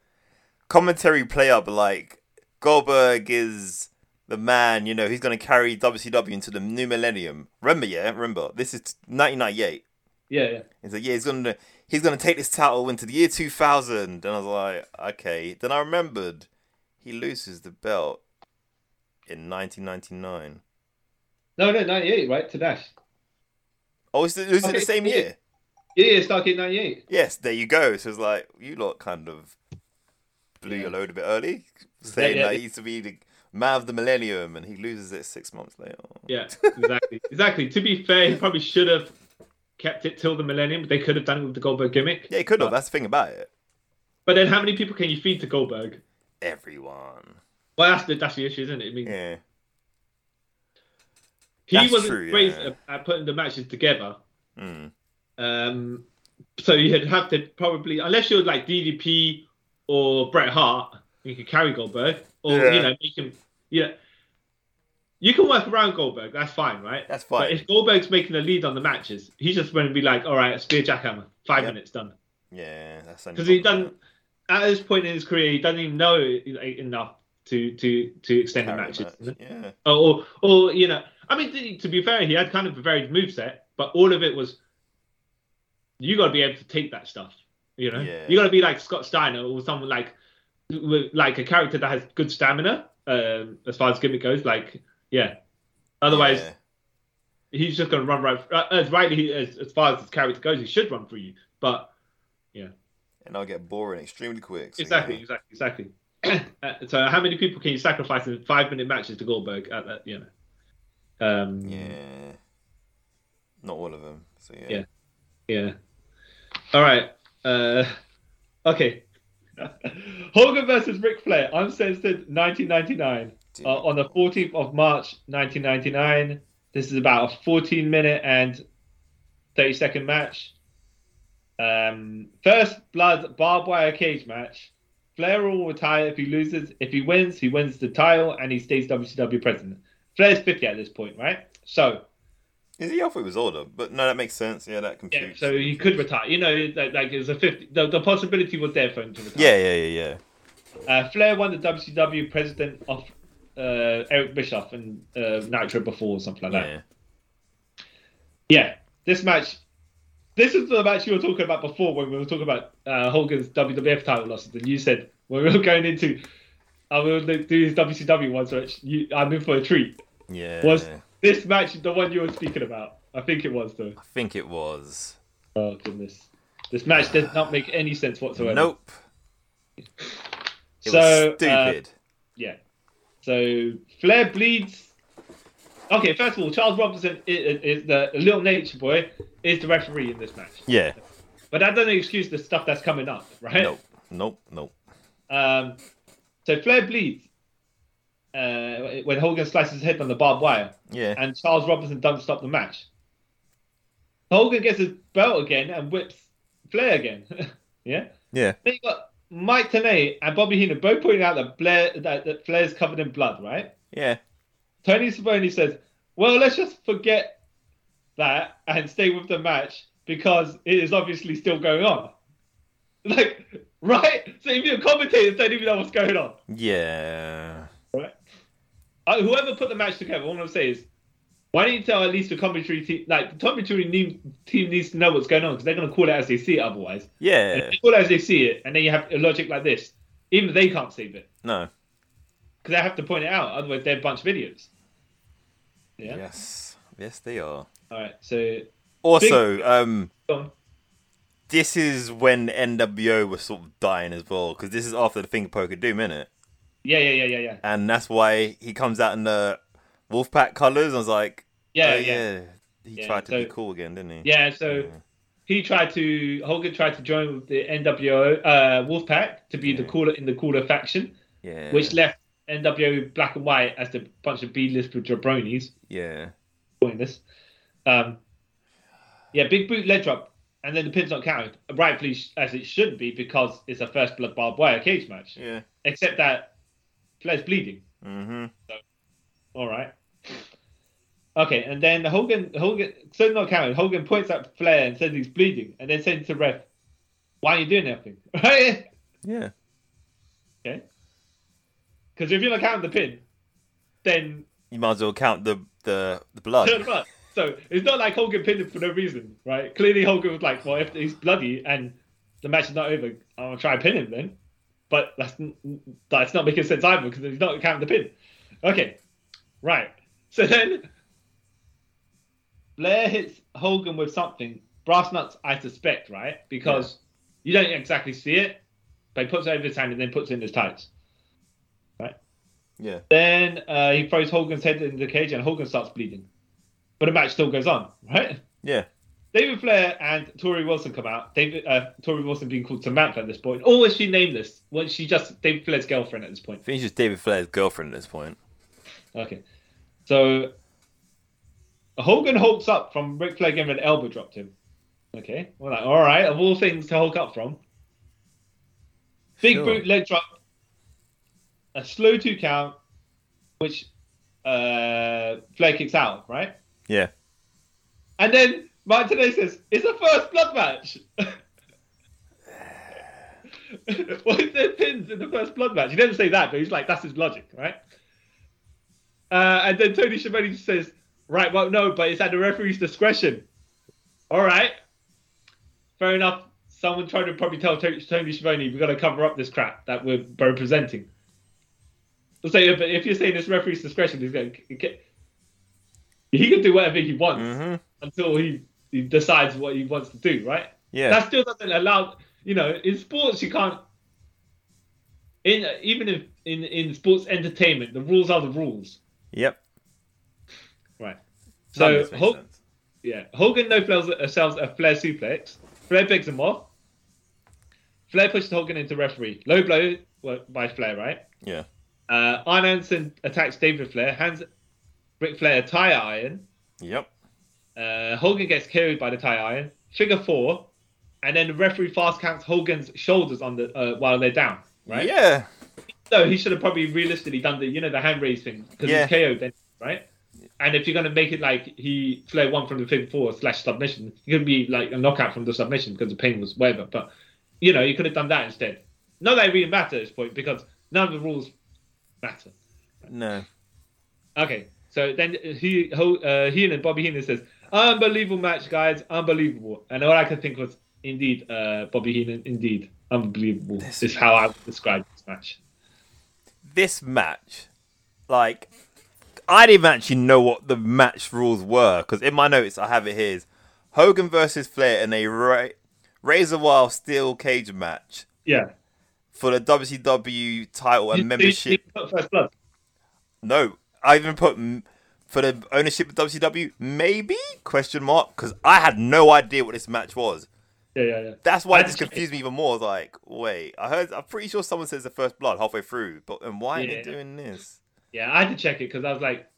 Speaker 4: commentary play up like Goldberg is the man. You know, he's gonna carry WCW into the new millennium. Remember, yeah, remember. This is 1998.
Speaker 3: yeah, yeah,
Speaker 4: He's like, yeah, he's gonna he's gonna take this title into the year 2000, and I was like, okay. Then I remembered he loses the belt in 1999.
Speaker 3: No, no, 98, right? To Dash.
Speaker 4: Oh, it's, the, it's in
Speaker 3: Okay,
Speaker 4: the same
Speaker 3: yeah.
Speaker 4: year.
Speaker 3: Yeah, yeah, Stargate 98.
Speaker 4: Yes, there you go. So it's like you lot kind of blew your load a bit early, saying
Speaker 3: yeah.
Speaker 4: that he used to be the man of the millennium, and he loses it six months later.
Speaker 3: Yeah, exactly. *laughs* exactly. To be fair, he probably should have kept it till the millennium. They could have done it with the Goldberg gimmick.
Speaker 4: Yeah, he could have. That's the thing about it.
Speaker 3: But then how many people can you feed to Goldberg?
Speaker 4: Everyone.
Speaker 3: Well, that's the, that's the issue, isn't it? I mean,
Speaker 4: Yeah.
Speaker 3: he
Speaker 4: That's
Speaker 3: wasn't
Speaker 4: true,
Speaker 3: great
Speaker 4: yeah.
Speaker 3: at, at putting the matches together.
Speaker 4: Mm.
Speaker 3: Um, so you'd have to probably, unless you're like DDP or Bret Hart, you could carry Goldberg, or
Speaker 4: Yeah.
Speaker 3: you know, make him. Yeah, you can work around Goldberg. That's fine, right?
Speaker 4: That's
Speaker 3: But
Speaker 4: fine.
Speaker 3: if Goldberg's making a lead on the matches, he's just going to be like, "All right, spear jackhammer, five
Speaker 4: Yeah. Mm.
Speaker 3: minutes done."
Speaker 4: Yeah, that's
Speaker 3: Because he doesn't. At this point in his career, he doesn't even know like, enough to to to extend the matches.
Speaker 4: Yeah.
Speaker 3: Or, or, or you know, I mean, to, to be fair, he had kind of a varied moveset, but all of it was you got to be able to take that stuff. You know,
Speaker 4: Yeah.
Speaker 3: you got to be like Scott Steiner or someone like with, like a character that has good stamina um, as far as gimmick goes. Like, yeah. Otherwise,
Speaker 4: Yeah.
Speaker 3: he's just going to run right uh, as rightly he- as, as far as his character goes. He should run for you, but
Speaker 4: and I'll get boring extremely quick. so,
Speaker 3: Exactly,
Speaker 4: yeah.
Speaker 3: exactly, exactly. *coughs* Uh, so, how many people can you sacrifice in five-minute matches to Goldberg? At that, you know, um,
Speaker 4: Yeah. Not all of them. So yeah.
Speaker 3: Yeah. yeah. All right. Uh, *laughs* okay. Hogan versus Ric Flair, uncensored, 1999,
Speaker 4: Dude.
Speaker 3: uh, on the 14th of March, 1999. This is about a 14-minute and 30-second match. Um, first blood barbed wire cage match. Flair will retire if he loses. If he wins, he wins the title and he stays WCW president. Flair's 50 at this point, right? So
Speaker 4: Is he? I thought he was older, but no, that makes sense. Yeah, that
Speaker 3: yeah,
Speaker 4: computes.
Speaker 3: so he could retire. You know, like, like it was a 50. The, the possibility was there for him to retire.
Speaker 4: Yeah, yeah, yeah, yeah.
Speaker 3: Uh, Flair won the WCW president of uh, Eric Bischoff and uh, Nitro before or something like that.
Speaker 4: Yeah.
Speaker 3: Yeah, this match. This is the match you were talking about before when we were talking about uh, Hogan's WWF title losses, and you said when we were *laughs* going into, I will do these WCW ones, which you, I'm in for a treat.
Speaker 4: Yeah.
Speaker 3: Was this match the one you were speaking about? I think it was though.
Speaker 4: I think it was.
Speaker 3: Oh goodness, this match does not make any sense whatsoever.
Speaker 4: Nope. It
Speaker 3: So, uh,
Speaker 4: was stupid.
Speaker 3: Yeah. So Flair bleeds. Okay, first of all, Charles Robinson is, is the little nature boy is the referee in this match,
Speaker 4: yeah.
Speaker 3: but that doesn't excuse the stuff that's coming up, right?
Speaker 4: Nope. Nope. Nope.
Speaker 3: Um, so Flair bleeds uh, when Hogan slices his head on the barbed wire,
Speaker 4: Yeah.
Speaker 3: and Charles Robinson doesn't stop the match. Hogan gets his belt again and whips Flair again. *laughs* yeah.
Speaker 4: yeah.
Speaker 3: Then you got Mike Tenay and Bobby Heenan both pointing out that Flair that, that Flair's covered in blood, right?
Speaker 4: Yeah.
Speaker 3: Tony Savoni says, "Well, let's just forget that and stay with the match because it is obviously still going on." *laughs* Like, right? So if you're commentators, don't even know what's going on.
Speaker 4: Yeah.
Speaker 3: Right? Uh, whoever put the match together, all I'm saying is, why don't you tell at least the commentary team? Like, the commentary ne- team needs to know what's going on because they're going to call it as they see it. Otherwise, And if
Speaker 4: Yeah.
Speaker 3: they call it as they see it, and then you have a logic like this. Even they can't save it
Speaker 4: No.
Speaker 3: because they have to point it out. Otherwise, they're a bunch of idiots. Yeah.
Speaker 4: Yes. Yes, they are.
Speaker 3: All right. So.
Speaker 4: Also, um,
Speaker 3: go on.
Speaker 4: this is when NWO was sort of dying as well, because this is after the Finger Poker Doom, innit?
Speaker 3: Yeah, yeah, yeah, yeah, yeah.
Speaker 4: and that's why he comes out in the Wolfpack colours. I was like,
Speaker 3: Yeah,
Speaker 4: oh,
Speaker 3: yeah.
Speaker 4: He
Speaker 3: Yeah,
Speaker 4: tried to be
Speaker 3: so-
Speaker 4: cool again, didn't he?
Speaker 3: Yeah, so he tried to Hogan tried to join with the NWO uh, Wolfpack to be the cooler in the cooler faction,
Speaker 4: yeah,
Speaker 3: which left NWO black and white as the bunch of B-list jabronis
Speaker 4: yeah,
Speaker 3: doing this. Um, yeah, big boot leg drop, and then the pin's not counted, rightfully sh- as it should be because it's a first blood barbed wire cage match.
Speaker 4: yeah,
Speaker 3: Except that Flair's bleeding.
Speaker 4: mm-hmm.
Speaker 3: All right. Okay, and then Hogan, Hogan, so not counted. Hogan points at Flair and says he's bleeding, and then says to ref, "Why are you doing *laughs* anything?" Right?
Speaker 4: yeah,
Speaker 3: Okay. Because if you're not counting the pin, then
Speaker 4: You might as well count the the, the blood.
Speaker 3: turn *laughs* the blood. So it's not like Hogan pinned him for no reason, right? Clearly, Hogan was like, well, if he's bloody and the match is not over, I'll try and pin him then. But that's that's not making sense either because he's not counting the pin. Okay, right. So then Blair hits Hogan with something. Brass nuts, I suspect, right? Because you don't exactly see it, but he puts it over his hand and then puts it in his tights.
Speaker 4: Yeah.
Speaker 3: Then uh, he throws Hogan's head in the cage and Hogan starts bleeding. But the match still goes on, right?
Speaker 4: Yeah.
Speaker 3: David Flair and Tori Wilson come out. David, uh, Tori Wilson being called Samantha at this point. Or is she nameless? Well, she just David Flair's girlfriend at this point.
Speaker 4: I think it's just David Flair's girlfriend at this point.
Speaker 3: Okay. So Hogan hulks up from Ric Flair giving an elbow dropped him. Okay. We're like, all right, of all things to hulk up from. Big
Speaker 4: Sure.
Speaker 3: boot leg drop. A slow two count, which uh, Flair kicks out, right?
Speaker 4: Yeah.
Speaker 3: And then Martinez says, it's a first blood match. *laughs* what if there are pins in the first blood match? He doesn't say that, but he's like, that's his logic, right? Uh, and then Tony Schiavone just says, right, well, no, but it's at the referee's discretion. All right. Fair enough. Someone tried to probably tell Tony Tony Schiavone, we've got to cover up this crap that we're representing. So, yeah, but if you're saying it's referee's discretion, he's going, he can do whatever he wants
Speaker 4: hmm
Speaker 3: until he, he decides what he wants to do, right?
Speaker 4: Yeah.
Speaker 3: That still doesn't allow, you know, in sports you can't. In even if in in sports entertainment, the rules are the rules,
Speaker 4: Yep.
Speaker 3: right?
Speaker 4: That
Speaker 3: So
Speaker 4: makes
Speaker 3: Hulk,
Speaker 4: sense.
Speaker 3: yeah, Hogan no flares sells a flare suplex. Flair picks him off. Flair pushes Hogan into referee. Low blow well, by Flair, right?
Speaker 4: Yeah.
Speaker 3: Uh, Arn Anderson attacks David Flair, hands Ric Flair a tire iron.
Speaker 4: Yep.
Speaker 3: Uh, Hogan gets carried by the tie iron. Figure four, and then the referee fast counts Hogan's shoulders on the uh, while they're down. Right?
Speaker 4: Yeah.
Speaker 3: So he should have probably realistically done the you know the hand raise thing because
Speaker 4: Yeah.
Speaker 3: he's KO'd then, right? And if you're gonna make it like he Flair won from the figure four slash submission, it could be like a knockout from the submission because the pain was whatever. But you know you could have done that instead. Not that it really matters at this point because none of the rules matter.
Speaker 4: No.
Speaker 3: Okay, so then he, Ho- uh, Heenan, Bobby Heenan says, "Unbelievable match, guys, unbelievable." And all I could think was, "Indeed, uh, Bobby Heenan, indeed, unbelievable." This is how I would describe this match.
Speaker 4: This match, like, I didn't actually know what the match rules were because in my notes I have it here: is Hogan versus Flair in a ra- razor wire steel cage match
Speaker 3: Yeah,
Speaker 4: for the WCW title and
Speaker 3: You- you-
Speaker 4: membership.
Speaker 3: you put first blood.
Speaker 4: No, I even put m- for the ownership of WCW. Maybe question mark because I had no idea what this match was.
Speaker 3: Yeah, yeah, yeah.
Speaker 4: That's why this
Speaker 3: Actually-
Speaker 4: confused me even more. I was Like, wait, I heard. I'm pretty sure someone says the first blood halfway through, but and why are
Speaker 3: Yeah.
Speaker 4: they doing this?
Speaker 3: Yeah, I had to check it because I was like,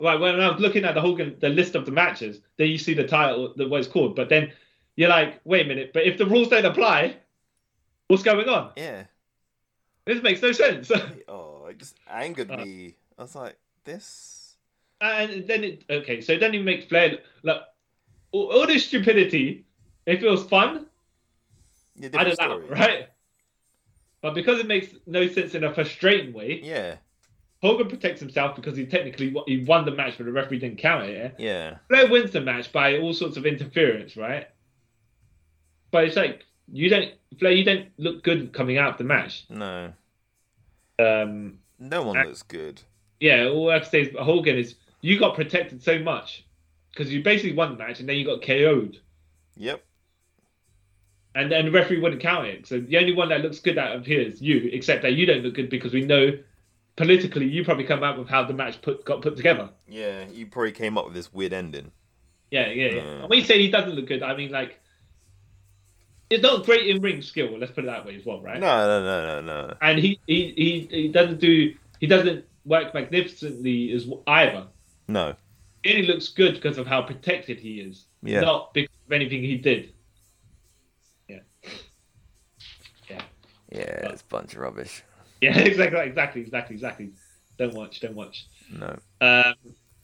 Speaker 3: right when I was looking at the Hogan, the list of the matches, then you see the title, the what it's called, but then you're like, wait a minute, but if the rules don't apply, what's going on?
Speaker 4: Yeah.
Speaker 3: This makes no sense. *laughs*
Speaker 4: Oh, it just angered
Speaker 3: Uh.
Speaker 4: me. I was like, this.
Speaker 3: And then it okay, so it doesn't even make Flair like all, all this stupidity. If it was fun,
Speaker 4: Yeah,
Speaker 3: I
Speaker 4: different
Speaker 3: don't know,
Speaker 4: story.
Speaker 3: right? But because it makes no sense in a frustrating way,
Speaker 4: Yeah,
Speaker 3: Hogan protects himself because he technically wa- he won the match, but the referee didn't count it. Yeah?
Speaker 4: yeah,
Speaker 3: Flair wins the match by all sorts of interference, right? But it's like you don't Flair, you don't look good coming out of the match.
Speaker 4: no,
Speaker 3: Um,
Speaker 4: no one
Speaker 3: Uh.
Speaker 4: looks good.
Speaker 3: yeah, all I have to say is Hogan is you got protected so much because you basically won the match and then you got KO'd.
Speaker 4: Yep.
Speaker 3: and then the referee wouldn't count it. So the only one that looks good out of here is you, except that you don't look good because we know politically you probably come out with how the match put got put together.
Speaker 4: Yeah, you probably came up with this weird ending.
Speaker 3: Yeah, yeah. yeah.
Speaker 4: Mm.
Speaker 3: And when you say he doesn't look good, I mean like it's not great in ring skill. Let's put it that way as well, right?
Speaker 4: No, no, no, no, no.
Speaker 3: And he he he, he doesn't do he doesn't work magnificently as w- either.
Speaker 4: No.
Speaker 3: He only looks good because of how protected he is,
Speaker 4: Yeah.
Speaker 3: not because of anything he did. Yeah. Yeah.
Speaker 4: Yeah, it's a bunch of rubbish.
Speaker 3: *laughs* Yeah, exactly, exactly, exactly, exactly. Don't watch, don't watch.
Speaker 4: No.
Speaker 3: Um,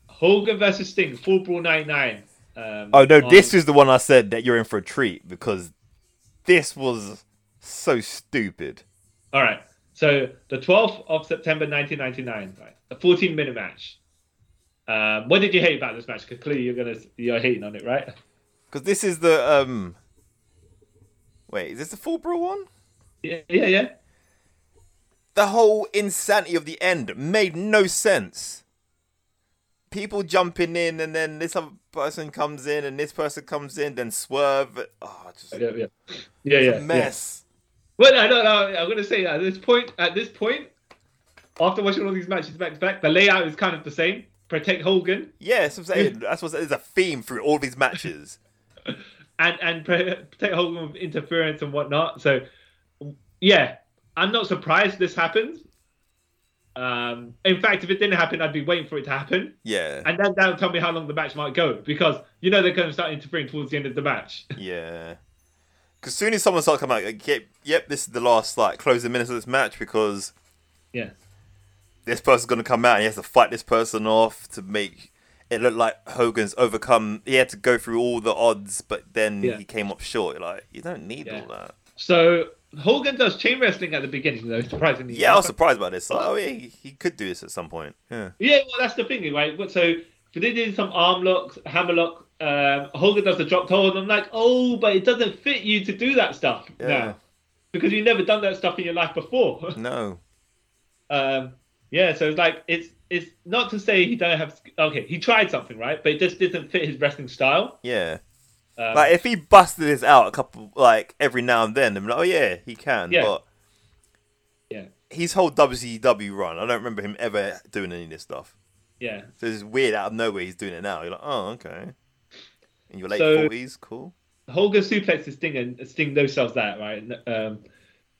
Speaker 3: Hogan versus Sting, Full Brawl 99. Um,
Speaker 4: Oh no,
Speaker 3: on-
Speaker 4: this is the one I said that you're in for a treat because this was so stupid.
Speaker 3: All right. So the 12th of September 1999, right? A 14 minute match. Um, what did you hate about this match? Because clearly you're gonna you're hating on it, right?
Speaker 4: Because this is the um. Wait, is this the full brew one?
Speaker 3: Yeah, yeah, yeah.
Speaker 4: The whole insanity of the end made no sense. People jumping in, and then this other person comes in, and this person comes in, then swerve. Oh, just
Speaker 3: Yeah, yeah, yeah, yeah.
Speaker 4: mess.
Speaker 3: Well, no, no, no. I'm gonna say at this point, at this point, after watching all these matches back to back, the layout is kind of the same. Protect Hogan
Speaker 4: Yeah, that's what I'm saying. That's what there's a theme through all these matches.
Speaker 3: and and pre- protect Hogan with interference and whatnot. So, yeah, I'm not surprised this happens. Um, in fact, if it didn't happen, I'd be waiting for it to happen,
Speaker 4: Yeah,
Speaker 3: and then that'll tell me how long the match might go because you know they're going to start interfering towards the end of the match.
Speaker 4: yeah. Because soon as someone starts coming out, like, yep, yep, this is the last like closing minutes of this match because
Speaker 3: yeah,
Speaker 4: this person's gonna come out and he has to fight this person off to make it look like Hogan's overcome. He had to go through all the odds, but then
Speaker 3: Yeah.
Speaker 4: he came up short. Like you don't need
Speaker 3: Yeah.
Speaker 4: all that.
Speaker 3: So Hogan does chain wrestling at the beginning, though. Surprisingly,
Speaker 4: Yeah, I was surprised by this. Like, oh yeah, he, he could do this at some point. Yeah,
Speaker 3: Yeah, well, that's the thing, right? What- So they did some arm locks, hammer lock. Um, Hogan does the drop toe, and I'm like, oh, but it doesn't fit you to do that stuff
Speaker 4: Yeah.
Speaker 3: now because you've never done that stuff in your life before. *laughs*
Speaker 4: no,
Speaker 3: um, yeah, so it's like it's it's not to say he don't have. Okay, he tried something, right? But it just didn't fit his wrestling style.
Speaker 4: yeah.
Speaker 3: Um,
Speaker 4: Like if he busted this out a couple, like every now and then, I'm like, oh yeah, he can.
Speaker 3: Yeah.
Speaker 4: But
Speaker 3: yeah,
Speaker 4: his whole WCW run, I don't remember him ever doing any of this stuff.
Speaker 3: yeah.
Speaker 4: So it's weird out of nowhere he's doing it now. You're like, oh okay. In your late
Speaker 3: So-
Speaker 4: forties, cool.
Speaker 3: Holger suplexes Sting and Sting no sells that, right? Um,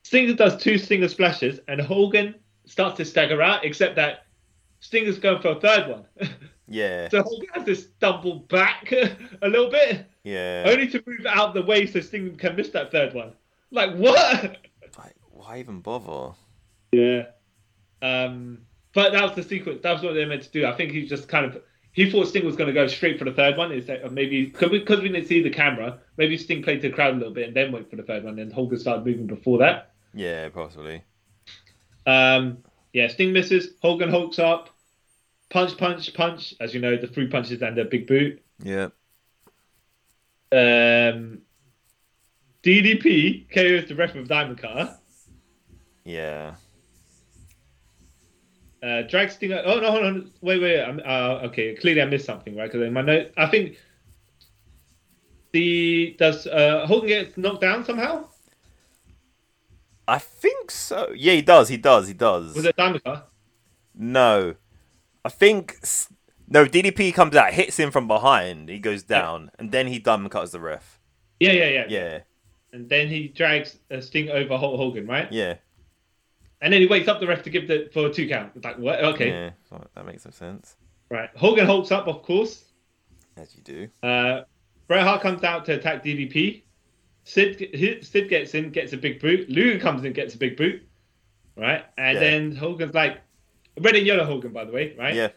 Speaker 3: Stinger does two Stinger splashes and Hogan starts to stagger out, except that Stinger's going for a third one. *laughs*
Speaker 4: Yeah,
Speaker 3: so Hogan has to stumble back *laughs* a little bit,
Speaker 4: yeah.
Speaker 3: only to move out of the way so Sting can miss that third one. Like, what?
Speaker 4: Like, why even bother?
Speaker 3: Yeah. Um, but that was the sequence. That was what they meant to do. I think he just kind of he thought Sting was going to go straight for the third one. Instead, or maybe because we, 'cause we didn't see the camera, maybe Sting played to the crowd a little bit and then went for the third one. And Hogan started moving before that.
Speaker 4: Yeah, possibly.
Speaker 3: Um, yeah, Sting misses. Hogan hulks up. Punch, punch, punch. As you know, the three punches and the big boot.
Speaker 4: Yeah.
Speaker 3: Um, DDP KOs the ref with Diamond Cutter.
Speaker 4: Yeah.
Speaker 3: Uh, drag Stinger. Oh no, hold on. Wait, wait. I'm, uh, okay, clearly I missed something, right? Because in my notes, I think the does uh, Hogan gets knocked down somehow?
Speaker 4: I think so. Yeah, he does. He does. He does.
Speaker 3: Was it Damika?
Speaker 4: No. I think. s- No, DDP comes out, hits him from behind. He goes down, and then he diamond cuts the ref.
Speaker 3: Yeah, yeah, yeah,
Speaker 4: Yeah.
Speaker 3: And then he drags uh, Sting over Hulk Hogan, right?
Speaker 4: Yeah.
Speaker 3: And then he wakes up the ref to give the for a two count. It's like what? Okay,
Speaker 4: Yeah. so That makes some sense.
Speaker 3: right. Hogan hulks up, of course.
Speaker 4: As you do.
Speaker 3: Uh, Bret Hart comes out to attack DDP. Sid, he- Sid gets in, gets a big boot. Luger comes in, gets a big boot. Right? And
Speaker 4: Yeah.
Speaker 3: then Hogan's like, red and yellow Hogan, by the way, right?
Speaker 4: Yeah.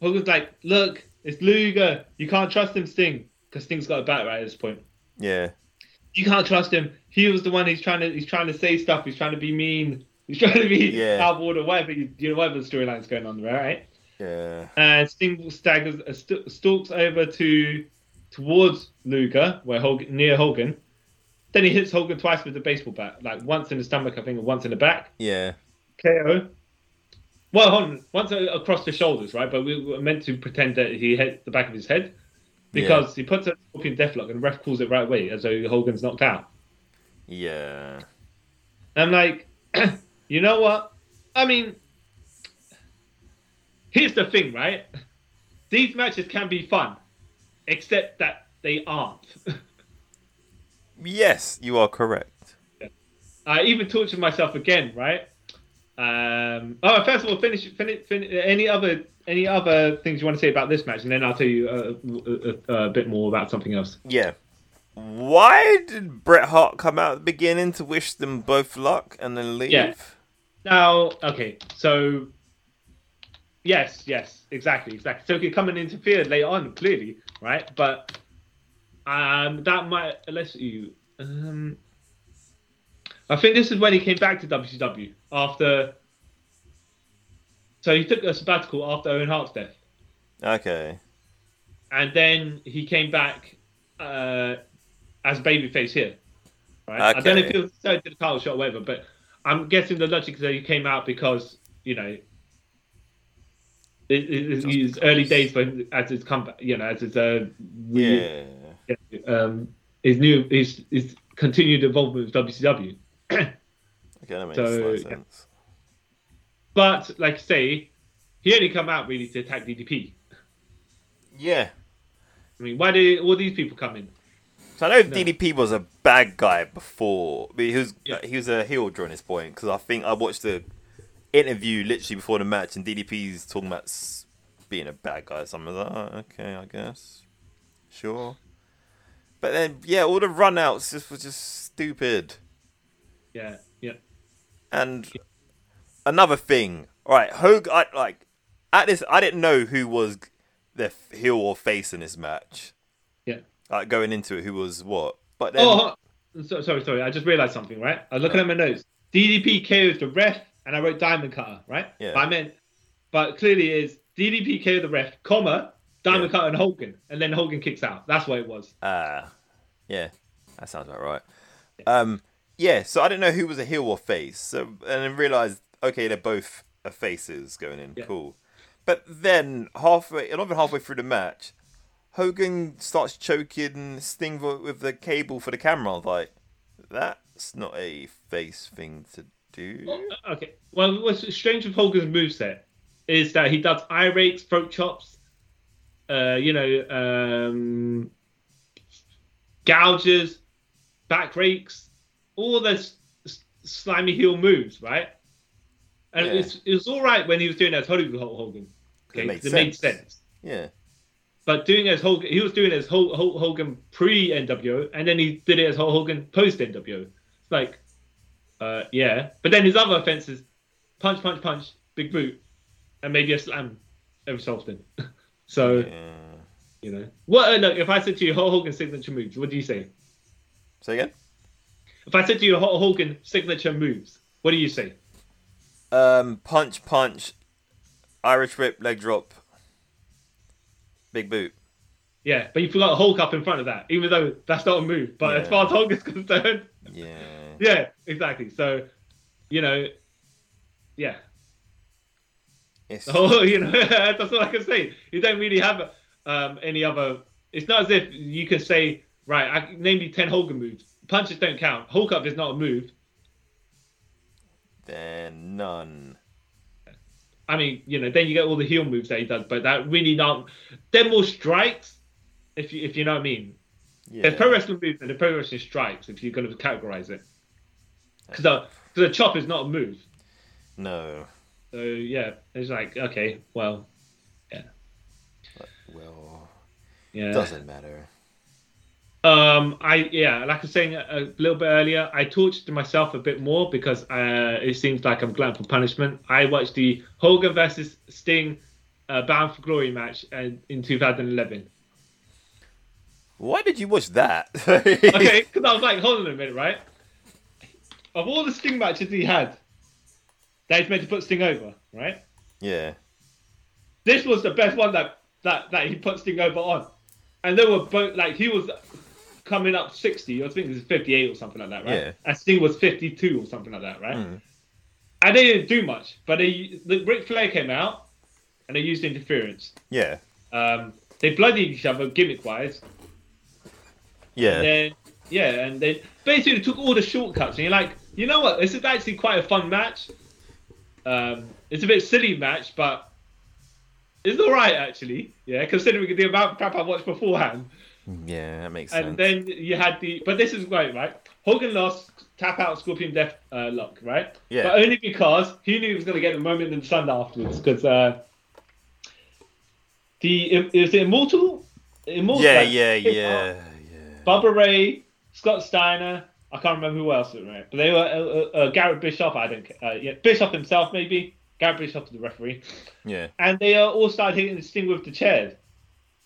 Speaker 3: Hogan's like, look, it's Luger. You can't trust him, Sting. Because Sting's got a bat right at this point.
Speaker 4: Yeah.
Speaker 3: You can't trust him. He was the one he's trying to he's trying to say stuff. He's trying to be mean. He's trying to be
Speaker 4: Yeah.
Speaker 3: out of order, whatever, you, you know, whatever the storyline's going on, right?
Speaker 4: Yeah.
Speaker 3: and Sting staggers, uh, st- stalks over to towards Luger, where Hogan, near Hogan. Then he hits Hogan twice with the baseball bat, like once in the stomach, I think, and once in the back.
Speaker 4: Yeah.
Speaker 3: KO. Well, hold on, once a- across the shoulders, right? But we were meant to pretend that he hit the back of his head because he puts a scorpion deathlock and the ref calls it right away as though Hogan's knocked out.
Speaker 4: Yeah.
Speaker 3: I'm like, *clears throat* you know what? I mean, here's the thing, right? These matches can be fun, except that they aren't. *laughs*
Speaker 4: Yes, you are correct.
Speaker 3: I even tortured myself again, right? Um, oh, first of all, finish, finish, finish. Any other, any other things you want to say about this match, and then I'll tell you uh, a, uh, a, a, a bit more about something else.
Speaker 4: Yeah. Why did Bret Hart come out at the beginning to wish them both luck and then leave?
Speaker 3: Yeah. Now, okay, so yes, yes, exactly, exactly. So it could come and interfere later on, clearly, right? But um, that might unless you. Um, I think this is when he came back to WCW after. So he took a sabbatical after Owen Hart's death.
Speaker 4: Okay.
Speaker 3: and then he came back uh, as babyface here. Right? I don't know if
Speaker 4: Okay.
Speaker 3: he was third to the title shot or whatever, but I'm guessing the logic is that he came out because you know it, it, it's his early days for him as his comeback, you know, as his uh, re-
Speaker 4: Yeah.
Speaker 3: um, his new his his continued involvement with WCW.
Speaker 4: Okay, that makes
Speaker 3: So,
Speaker 4: slight
Speaker 3: yeah.
Speaker 4: sense.
Speaker 3: But like I say, he only come out really to attack DDP.
Speaker 4: Yeah.
Speaker 3: I mean, why did all these people come in?
Speaker 4: So I know DDP was a bad guy before. I mean, he was
Speaker 3: Yeah.
Speaker 4: he was a heel during this point because I think I watched the interview literally before the match, and DDP's talking about s- being a bad guy. So I'm like, oh, okay, I guess, sure. But then, yeah, all the run outs just was just stupid.
Speaker 3: Yeah, yeah,
Speaker 4: And another thing, all right, Hogan, I, like at this, I didn't know who was the f- heel or face in this match.
Speaker 3: yeah.
Speaker 4: Like going into it, who was what? But then,
Speaker 3: Oh, so, sorry, sorry. I just realized something, right? I was looking at my notes. DDP KO'd the ref, and I wrote Diamond Cutter, right?
Speaker 4: Yeah.
Speaker 3: But I meant, but clearly is DDP KO'd the ref, comma, Diamond
Speaker 4: Yeah.
Speaker 3: Cutter and Hogan. And then Hogan kicks out. That's what it was.
Speaker 4: Ah, yeah, that sounds about right. Um, yeah, so I didn't know who was a heel or face, so and then realized okay, they're both a faces going in,
Speaker 3: Yeah.
Speaker 4: cool. But then halfway, not even halfway through the match, Hogan starts choking Sting wi- with the cable for the camera. I was like, that's not a face thing to do.
Speaker 3: Uh, Okay. Well, what's strange with Hogan's moveset is that he does eye rakes, throat chops, uh, you know, um, gouges, back rakes, all those s- slimy heel moves, right? And
Speaker 4: Yeah.
Speaker 3: it's, it was all right when he was doing that as Hollywood Hulk Hogan. Okay,
Speaker 4: It made
Speaker 3: 'cause it made
Speaker 4: sense.
Speaker 3: sense.
Speaker 4: Yeah,
Speaker 3: But doing it as Hogan, he was doing it as Hulk, Hulk Hogan pre NWO, and then he did it as Hulk Hogan post NWO. It's like, uh, yeah. But then his other offenses, punch, punch, punch, big boot, and maybe a slam every so often. *laughs* so
Speaker 4: yeah.
Speaker 3: you know, what? Uh, look, if I said to you Hulk Hogan signature moves, what do you say?
Speaker 4: Say again.
Speaker 3: If I said to you Hulk Hogan signature moves, what do you say?
Speaker 4: Um, punch, punch, Irish whip, leg drop, big boot.
Speaker 3: Yeah, but you forgot Hulk up in front of that, even though that's not a move. But as
Speaker 4: Yeah.
Speaker 3: far as Hogan's concerned, *laughs*
Speaker 4: Yeah.
Speaker 3: yeah, exactly. So, you know, yeah.
Speaker 4: It's
Speaker 3: Oh, *laughs* you know, that's all I can say. You don't really have um, any other. It's not as if you can say, right, I can name you 10 Hogan moves. Punches don't count. Hulk up is not a move.
Speaker 4: then none.
Speaker 3: I mean, you know, then you get all the heel moves that he does, but that really not. They're more strikes, if you if you know what I mean.
Speaker 4: Yeah.
Speaker 3: There's pro wrestling moves and the pro wrestling strikes, if you're going to categorize it. Because a, 'cause a chop is not a move.
Speaker 4: No.
Speaker 3: So, yeah, it's like, okay, well,
Speaker 4: Well,
Speaker 3: yeah.
Speaker 4: doesn't matter.
Speaker 3: Um, I yeah, like I was saying a, a little bit earlier, I tortured myself a bit more because uh, it seems like I'm glad for punishment. I watched the Hogan versus Sting uh, Bound for Glory match uh, in 2011.
Speaker 4: Why did you watch that? *laughs*
Speaker 3: Okay, because I was like, hold on a minute, right? Of all the Sting matches he had, that he's meant to put Sting over, right?
Speaker 4: Yeah.
Speaker 3: This was the best one that that that he put Sting over on, and they were both like he was coming up 60 i think it was 58 or something like that right
Speaker 4: Yeah.
Speaker 3: and sting was 52 or something like that right and they didn't do much but they the Ric flair came out and they used interference
Speaker 4: Yeah.
Speaker 3: um they bloodied each other gimmick wise
Speaker 4: Yeah.
Speaker 3: then yeah and they basically took all the shortcuts and you're like you know what this is actually quite a fun match um it's a bit silly match but it's all right actually yeah considering the amount of crap i watched beforehand
Speaker 4: Yeah, that makes sense.
Speaker 3: and then you had the, but this is great, right? Hogan lost tap out Scorpion Death uh, Lock, right?
Speaker 4: Yeah.
Speaker 3: But only because he knew he was going to get the moment in the sun afterwards, because uh, the is it Immortal? Immortal.
Speaker 4: yeah,
Speaker 3: like,
Speaker 4: yeah,
Speaker 3: kicked
Speaker 4: yeah,
Speaker 3: out
Speaker 4: yeah.
Speaker 3: Bubba Ray, Scott Steiner. I can't remember who else, right? But they were uh, uh, uh, Garrett Bischoff. I don't. ca- Uh, yeah, Bischoff himself, maybe. Garrett Bischoff, the referee
Speaker 4: Yeah.
Speaker 3: and they uh, all started hitting this thing with the chairs,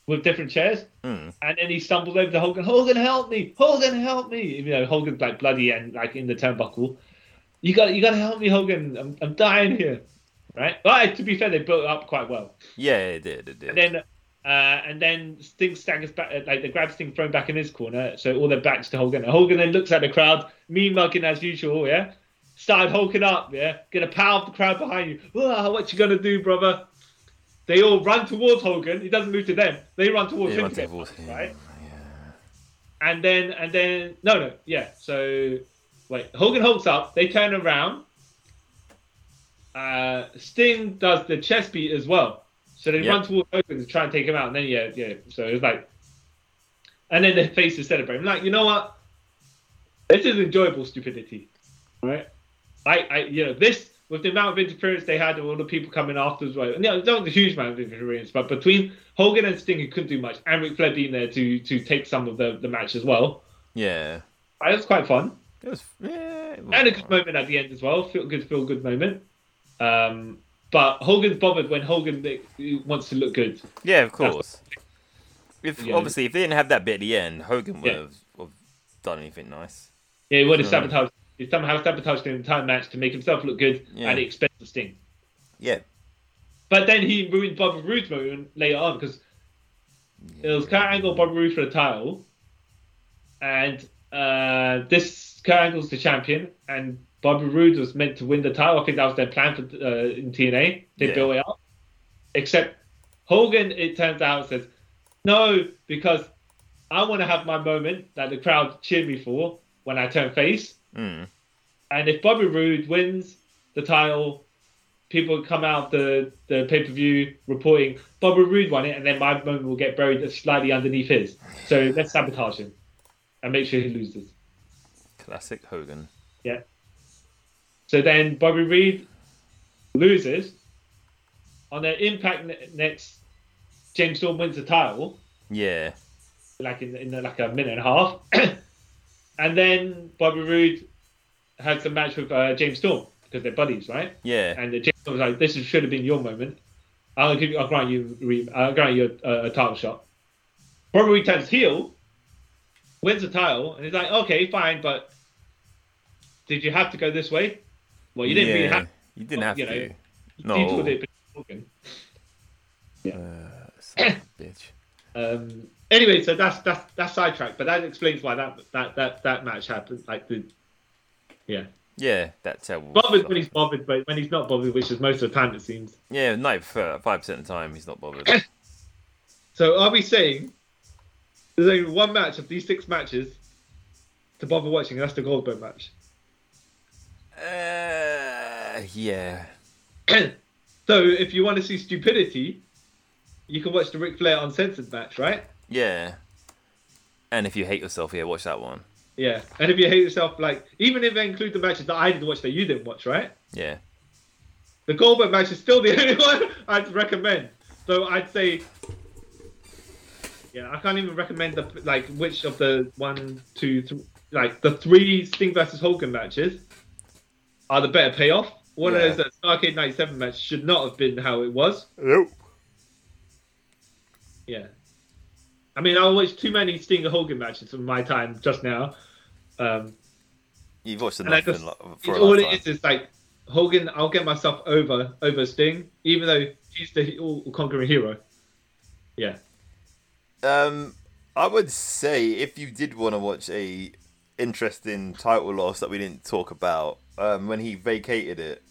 Speaker 3: with different chairs. And then he stumbled over to Hogan. Hogan, help me! Hogan, help me! You know, Hogan's like bloody and like in the turnbuckle. You got, you got to help me, Hogan. I'm, I'm dying here. right? But to be fair, they built it up quite well.
Speaker 4: Yeah, it did. It did.
Speaker 3: And then, uh, and then Sting staggers back, uh, like they grab Sting, thrown back in his corner, so all their backs to Hogan. Hogan then looks at the crowd, mean mugging as usual, yeah. Started hulking up, yeah. Gonna power up the crowd behind you. Oh, what you gonna do, brother? They all run towards Hogan. He doesn't move to them. They run towards
Speaker 4: They
Speaker 3: him.
Speaker 4: run
Speaker 3: to get
Speaker 4: towards
Speaker 3: punched,
Speaker 4: him,
Speaker 3: right? And then, and then, no, no, yeah. So, wait, Hogan hulks up. They turn around. Uh, Sting does the chest beat as well. So they
Speaker 4: Yeah.
Speaker 3: run towards Hogan to try and take him out. And then, yeah, yeah. So it's like, and then their faces celebrate. I'm like, you know what? This is enjoyable stupidity, right? I, I, you know, this with the amount of interference they had and all the people coming afterwards, right? No, it's not a huge amount of interference, but between Hogan and Sting, who couldn't do much, and Ric Flair being there to to take some of the, the match as well,
Speaker 4: Yeah.
Speaker 3: it was quite fun
Speaker 4: It was. Yeah. it was
Speaker 3: and a good
Speaker 4: alright.
Speaker 3: moment at the end as well. Feel good, feel good moment. Um, but Hogan's bothered when Hogan like, wants to look good.
Speaker 4: Yeah, of course. If
Speaker 3: Yeah.
Speaker 4: obviously if they didn't have that bit at the end, Hogan would
Speaker 3: Yeah.
Speaker 4: have, would have done anything nice.
Speaker 3: Yeah, he wanted to
Speaker 4: Right.
Speaker 3: sabotage. He somehow sabotaged the entire match to make himself look good
Speaker 4: Yeah.
Speaker 3: at the expense of Sting.
Speaker 4: Yeah.
Speaker 3: But then he ruined Bobby Roode's moment later on because it was Kurt Angle, Bobby Roode for the title, and uh, this Kurt Angle's the champion, and Bobby Roode was meant to win the title. I think that was their plan for uh, in TNA. They
Speaker 4: Yeah.
Speaker 3: built it up, except Hogan. It turns out says no because I want to have my moment that the crowd cheer me for when I turn face.
Speaker 4: Mm.
Speaker 3: And if Bobby Roode wins the title, people come out the, the pay per view reporting Bobby Roode won it, and then my moment will get buried slightly underneath his. So let's sabotage him and make sure he loses.
Speaker 4: Classic Hogan.
Speaker 3: Yeah. So then Bobby Reed loses. On their impact ne- next, James Storm wins the title
Speaker 4: Yeah.
Speaker 3: like in, in like a minute and a half, *clears throat* and then Bobby Roode has the match with uh, James Storm because they're buddies, right?
Speaker 4: Yeah.
Speaker 3: And the James Storm was like, "This is- should have been your moment. I'll give you, I'll grant you, re- I'll grant you a, a title shot." Bobby Roode turns heel, wins the title, and he's like, "Okay, fine, but did you have to go this way? Well, you didn't
Speaker 4: yeah.
Speaker 3: really have to.
Speaker 4: You didn't have
Speaker 3: you know,
Speaker 4: to.
Speaker 3: You
Speaker 4: No.
Speaker 3: detour it, but you're talking." *coughs*
Speaker 4: Son of a bitch.
Speaker 3: Um, anyway, so that's that's that's sidetracked, but that explains why that that that, that match happened. Like the yeah,
Speaker 4: Yeah, that terrible.
Speaker 3: bothered when he's bothered, but when he's not bothered, which is most of the time it seems.
Speaker 4: Yeah, ninety-five percent of the time he's
Speaker 3: *coughs*
Speaker 4: not bothered. Uh,
Speaker 3: So are we saying there's only one match of these six matches to bother watching? And that's the Goldberg match. *clears throat*
Speaker 4: uh, yeah.
Speaker 3: so if you want to see stupidity, you can watch the Ric Flair uncensored match, right?
Speaker 4: Yeah. And if you hate yourself, yeah, watch that one.
Speaker 3: Yeah, and if you hate yourself, like even if they include the matches that I didn't watch that you didn't watch, right?
Speaker 4: Yeah.
Speaker 3: The Goldberg match is still the *laughs* only one I'd recommend. So I'd say, yeah, I can't even recommend the like which of the one, two, three, like the three Sting versus Hogan matches are the better payoff. One
Speaker 4: Yeah.
Speaker 3: of those that Arcade '97 match should not have been how it was.
Speaker 4: Nope.
Speaker 3: Yeah, I mean, I watched too many Sting and Hogan matches in my time just now. Um,
Speaker 4: You've watched
Speaker 3: and I
Speaker 4: enough
Speaker 3: just,
Speaker 4: in lo- for
Speaker 3: it's
Speaker 4: a
Speaker 3: all
Speaker 4: lifetime.
Speaker 3: it is is like Hogan. I'll get myself over over Sting, even though he's the all conquering hero. Yeah,
Speaker 4: Um, I would say if you did want to watch a interesting title loss that we didn't talk about, um, when he vacated it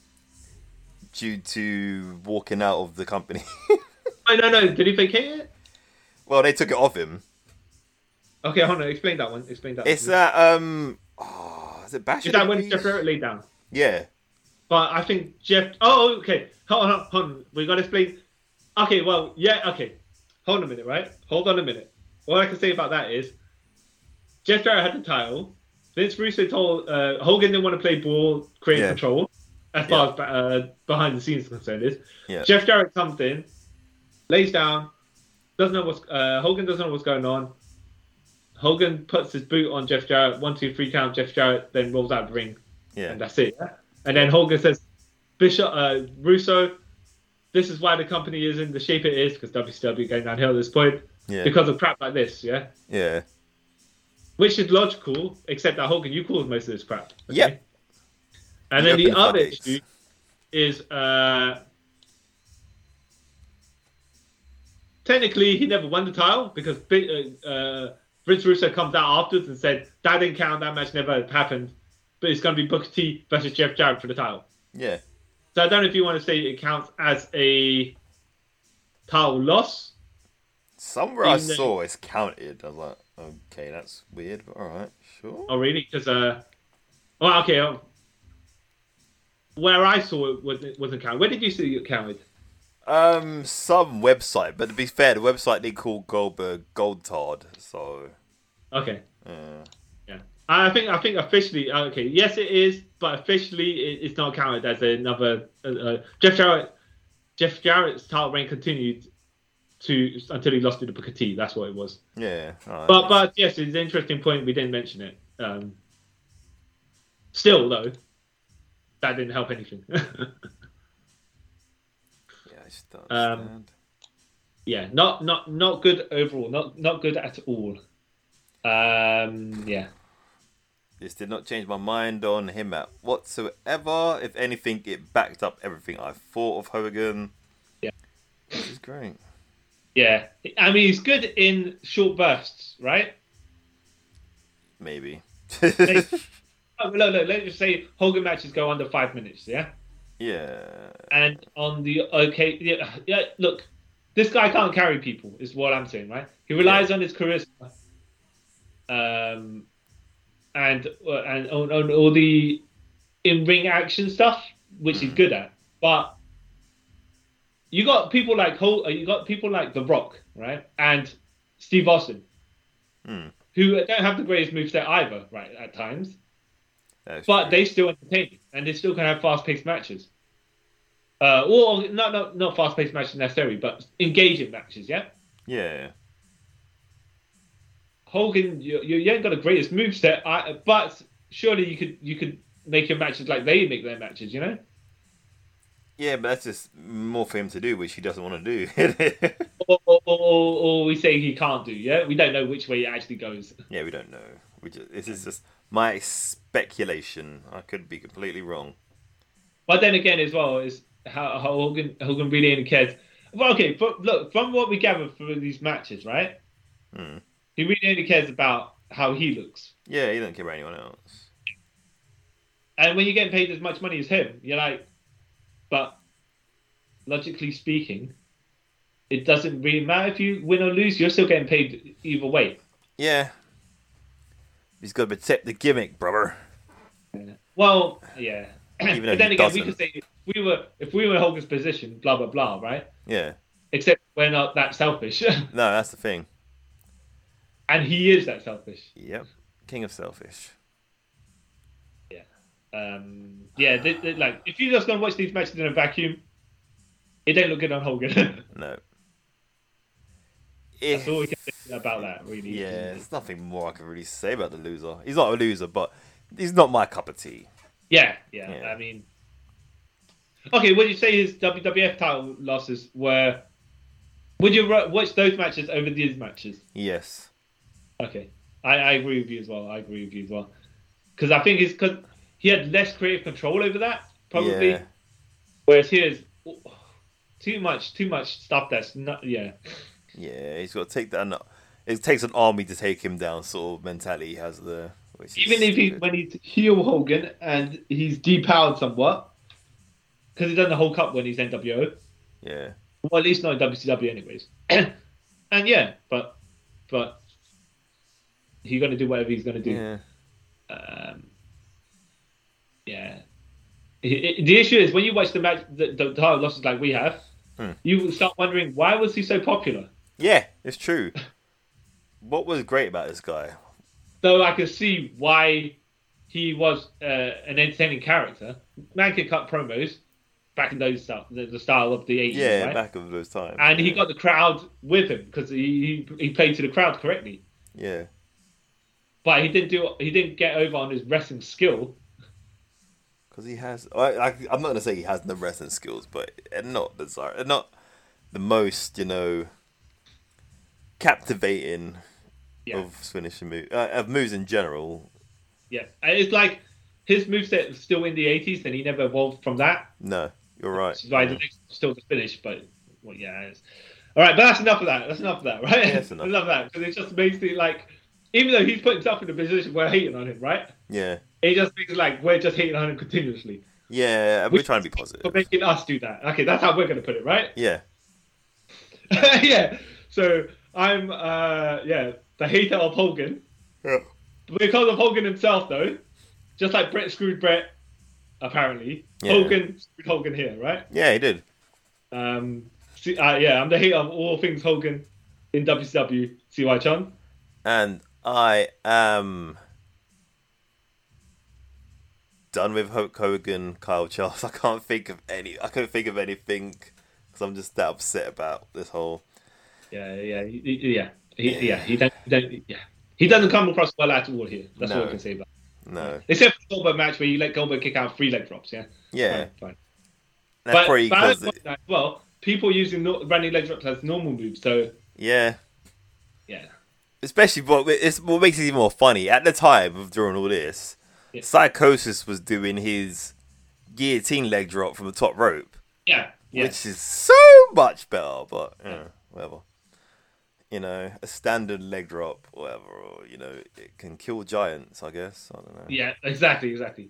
Speaker 4: due to walking out of the company. *laughs*
Speaker 3: Oh, no, no. Did he vacate it?
Speaker 4: well, they took it off him.
Speaker 3: Okay, hold on. Explain that one. Explain that.
Speaker 4: It's
Speaker 3: one.
Speaker 4: that um, oh, is it Bash?
Speaker 3: Is
Speaker 4: at the
Speaker 3: that when
Speaker 4: Beach?
Speaker 3: Jeff Jarrett laid down?
Speaker 4: Yeah,
Speaker 3: But I think Jeff. Oh, okay. Hold on. Hold on. We gotta explain. Okay. Well, yeah. Okay. Hold on a minute, right? Hold on a minute. All I can say about that is Jeff Jarrett had the title. Vince Russo told uh, Hogan didn't want to play ball, create
Speaker 4: Yeah.
Speaker 3: control, as far as uh, behind the scenes is concerned is.
Speaker 4: yeah,
Speaker 3: Jeff Jarrett comes in, lays down, doesn't know what's uh, Hogan doesn't know what's going on. Hogan puts his boot on Jeff Jarrett, one, two, three count. Jeff Jarrett then rolls out of the ring, and uh,
Speaker 4: yeah,
Speaker 3: that's it. yeah? And then Hogan says, "Bishop uh, Russo, this is why the company is in the shape it is because WCW going downhill at this point
Speaker 4: yeah,
Speaker 3: because of crap like this, yeah."
Speaker 4: yeah,
Speaker 3: Which is logical, except that Hogan, you caused most of this crap.
Speaker 4: Yep.
Speaker 3: And
Speaker 4: You
Speaker 3: then the
Speaker 4: opened the
Speaker 3: other
Speaker 4: floodgates.
Speaker 3: issue is uh, technically, he never won the title because uh, uh, Vince Russo comes out afterwards and said that didn't count. That match never happened. But it's going to be Booker T versus Jeff Jarrett for the title.
Speaker 4: Yeah.
Speaker 3: So I don't know if you want to say it counts as a title loss.
Speaker 4: Somewhere I saw it's counted. I was like, okay, that's weird, but all right, sure.
Speaker 3: Oh, really? Because uh, well, okay. Um, where I saw it was wasn't counted. Where did you see it counted?
Speaker 4: Um, some website, but to be fair, the website they call Goldberg Gold Tard, so
Speaker 3: Okay.
Speaker 4: yeah.
Speaker 3: Yeah. I think I think officially uh, okay. Yes, it is, but officially it, it's not counted as another uh, uh, Jeff Jarrett. Jeff Jarrett's title reign continued to until he lost to the Booker T. That's what it was.
Speaker 4: Yeah. All right.
Speaker 3: But but yes, it's an interesting point. We didn't mention it. Um, still though, that didn't help anything. *laughs*
Speaker 4: yeah, I just don't
Speaker 3: um,
Speaker 4: understand.
Speaker 3: yeah, not not not good overall. Not not good at all. Um, yeah.
Speaker 4: This did not change my mind on him at whatsoever. If anything, it backed up everything I thought of Hogan.
Speaker 3: Yeah.
Speaker 4: This is great.
Speaker 3: Yeah, I mean he's good in short bursts, right?
Speaker 4: Maybe.
Speaker 3: Oh, look, look, let's just say Hogan matches go under five minutes, yeah.
Speaker 4: *laughs* yeah.
Speaker 3: And on the okay, yeah, yeah, look, this guy can't carry people, is what I'm saying, right? He relies on his charisma, um, and uh, and on, on all the in ring action stuff, which he's good at. But you got people like Hol- uh, you got people like The Rock, right, and Steve Austin,
Speaker 4: Hmm.
Speaker 3: who don't have the greatest moveset either, right, at times.
Speaker 4: that's
Speaker 3: But
Speaker 4: true.
Speaker 3: they still entertain and they still can have fast paced matches. Uh, or or not, not, not fast paced matches necessarily, but engaging matches. Yeah,
Speaker 4: Yeah.
Speaker 3: Hogan, you, you you ain't got the greatest moveset, I- but surely you could you could make your matches like they make their matches. You know,
Speaker 4: Yeah, but that's just more for him to do, which he doesn't want to do. *laughs*
Speaker 3: or, or, or, or we say he can't do. Yeah, we don't know which way it actually goes.
Speaker 4: yeah, we don't know. We just, this is just my speculation. I could be completely wrong.
Speaker 3: But then again, as well, is how, how Hogan Hogan really only cares. Well, okay, but look, from what we gather from these matches, right?
Speaker 4: Hmm.
Speaker 3: He really only cares about how he looks.
Speaker 4: Yeah, he doesn't care about anyone else.
Speaker 3: And when you're getting paid as much money as him, you're like, but logically speaking, it doesn't really matter if you win or lose. You're still getting paid either way.
Speaker 4: Yeah. He's got to protect the gimmick, brother.
Speaker 3: Well, yeah.
Speaker 4: Even though
Speaker 3: but then
Speaker 4: he
Speaker 3: again, we could
Speaker 4: doesn't.
Speaker 3: say if we were if we were in Hogan's position, blah blah blah, right?
Speaker 4: Yeah.
Speaker 3: Except we're not that selfish, *laughs*
Speaker 4: No, that's the thing.
Speaker 3: and he is that selfish.
Speaker 4: Yep. King of selfish.
Speaker 3: Um, yeah, th th- like if you're just gonna watch these matches in a vacuum, it don't look good on *laughs* Hogan.
Speaker 4: No.
Speaker 3: That's all we
Speaker 4: If,
Speaker 3: can say about that, really.
Speaker 4: yeah, there's nothing more I can really say about the loser. He's not a loser, but he's not my cup of tea.
Speaker 3: Yeah, yeah.
Speaker 4: Yeah.
Speaker 3: I mean, okay. Would you say his WWF title losses were? Would you ru- watch those matches over these matches?
Speaker 4: Yes.
Speaker 3: Okay, I, I agree with you as well. I agree with you as well. Because I think it's because he had less creative control over that, probably.
Speaker 4: Yeah.
Speaker 3: Whereas here's too much, too much stuff that's not. Yeah,
Speaker 4: Yeah, he's got to take that. an- It takes an army to take him down, sort of mentality he has there. Which is
Speaker 3: even if he
Speaker 4: good.
Speaker 3: when he's heel Hogan and he's depowered somewhat, because he doesn't Hulk up when he's NWO.
Speaker 4: Yeah.
Speaker 3: Well, at least not in WCW, anyways. *clears throat* and yeah, but but he's gonna do whatever he's gonna do.
Speaker 4: Yeah.
Speaker 3: Um, yeah. I- I- the issue is when you watch the match, the, the title losses like we have,
Speaker 4: Hmm.
Speaker 3: you will start wondering why was he so popular.
Speaker 4: Yeah, it's true. what was great about this guy?
Speaker 3: Though I can see why he was uh, an entertaining character. Man could cut promos back in those stuff, the, the style of the 80s,
Speaker 4: Yeah,
Speaker 3: right?
Speaker 4: back of those times.
Speaker 3: and he
Speaker 4: yeah.
Speaker 3: got the crowd with him because he, he he played to the crowd correctly.
Speaker 4: Yeah.
Speaker 3: but he didn't do he didn't get over on his wrestling skill.
Speaker 4: Because he has, I, I, I'm not gonna say he has no wrestling skills, but and not desire, and not the most, you know, captivating
Speaker 3: Yeah.
Speaker 4: of finishing move, uh, of moves in general.
Speaker 3: Yeah, And it's like his moveset was still in the eighties, and he never evolved from that.
Speaker 4: No, you're right.
Speaker 3: Which is why the next still the finish, but well, yeah. It's... All right, but that's enough of that. That's enough of that, right? *laughs*
Speaker 4: Yeah, that's enough.
Speaker 3: of that because it just makes it like, even though he's put himself in a position we're hating on him, right?
Speaker 4: Yeah.
Speaker 3: It just makes it like we're just hating on him continuously
Speaker 4: Yeah, we're
Speaker 3: Which-
Speaker 4: trying to be
Speaker 3: for
Speaker 4: positive.
Speaker 3: making us do that. Okay, that's how we're gonna put it, right?
Speaker 4: Yeah.
Speaker 3: *laughs* yeah. So I'm, uh, yeah, the hater of Hogan.
Speaker 4: Yeah.
Speaker 3: because of Hogan himself, though, just like Brett screwed Brett, apparently,
Speaker 4: Yeah.
Speaker 3: Hogan screwed Hogan here, right?
Speaker 4: Yeah, he did.
Speaker 3: Um, see, uh, yeah, I'm the hater of all things Hogan in WCW. CY Chun.
Speaker 4: And I am done with Hulk Hogan, Kyle Charles. *laughs* I can't think of any. I couldn't think of anything because I'm just that upset about this whole.
Speaker 3: Yeah, yeah, he- he- yeah, he, yeah. He don't, don't, yeah. He doesn't come across well at all here. That's all
Speaker 4: No.
Speaker 3: I can say about. It.
Speaker 4: No.
Speaker 3: Except for the Goldberg match where you let Goldberg kick out three leg drops. Yeah.
Speaker 4: Yeah.
Speaker 3: Fine, fine.
Speaker 4: That's probably
Speaker 3: but I
Speaker 4: because.
Speaker 3: don't like that as well, people using no, running leg drops as normal moves. So
Speaker 4: Yeah.
Speaker 3: yeah,
Speaker 4: especially what it's what makes it even more funny at the time of during all this
Speaker 3: Yeah.
Speaker 4: psychosis was doing his guillotine leg drop from the top rope
Speaker 3: yeah, yeah.
Speaker 4: which is so much better but you know, whatever you know a standard leg drop whatever or, you know it can kill giants i guess i don't know
Speaker 3: Yeah, exactly, exactly.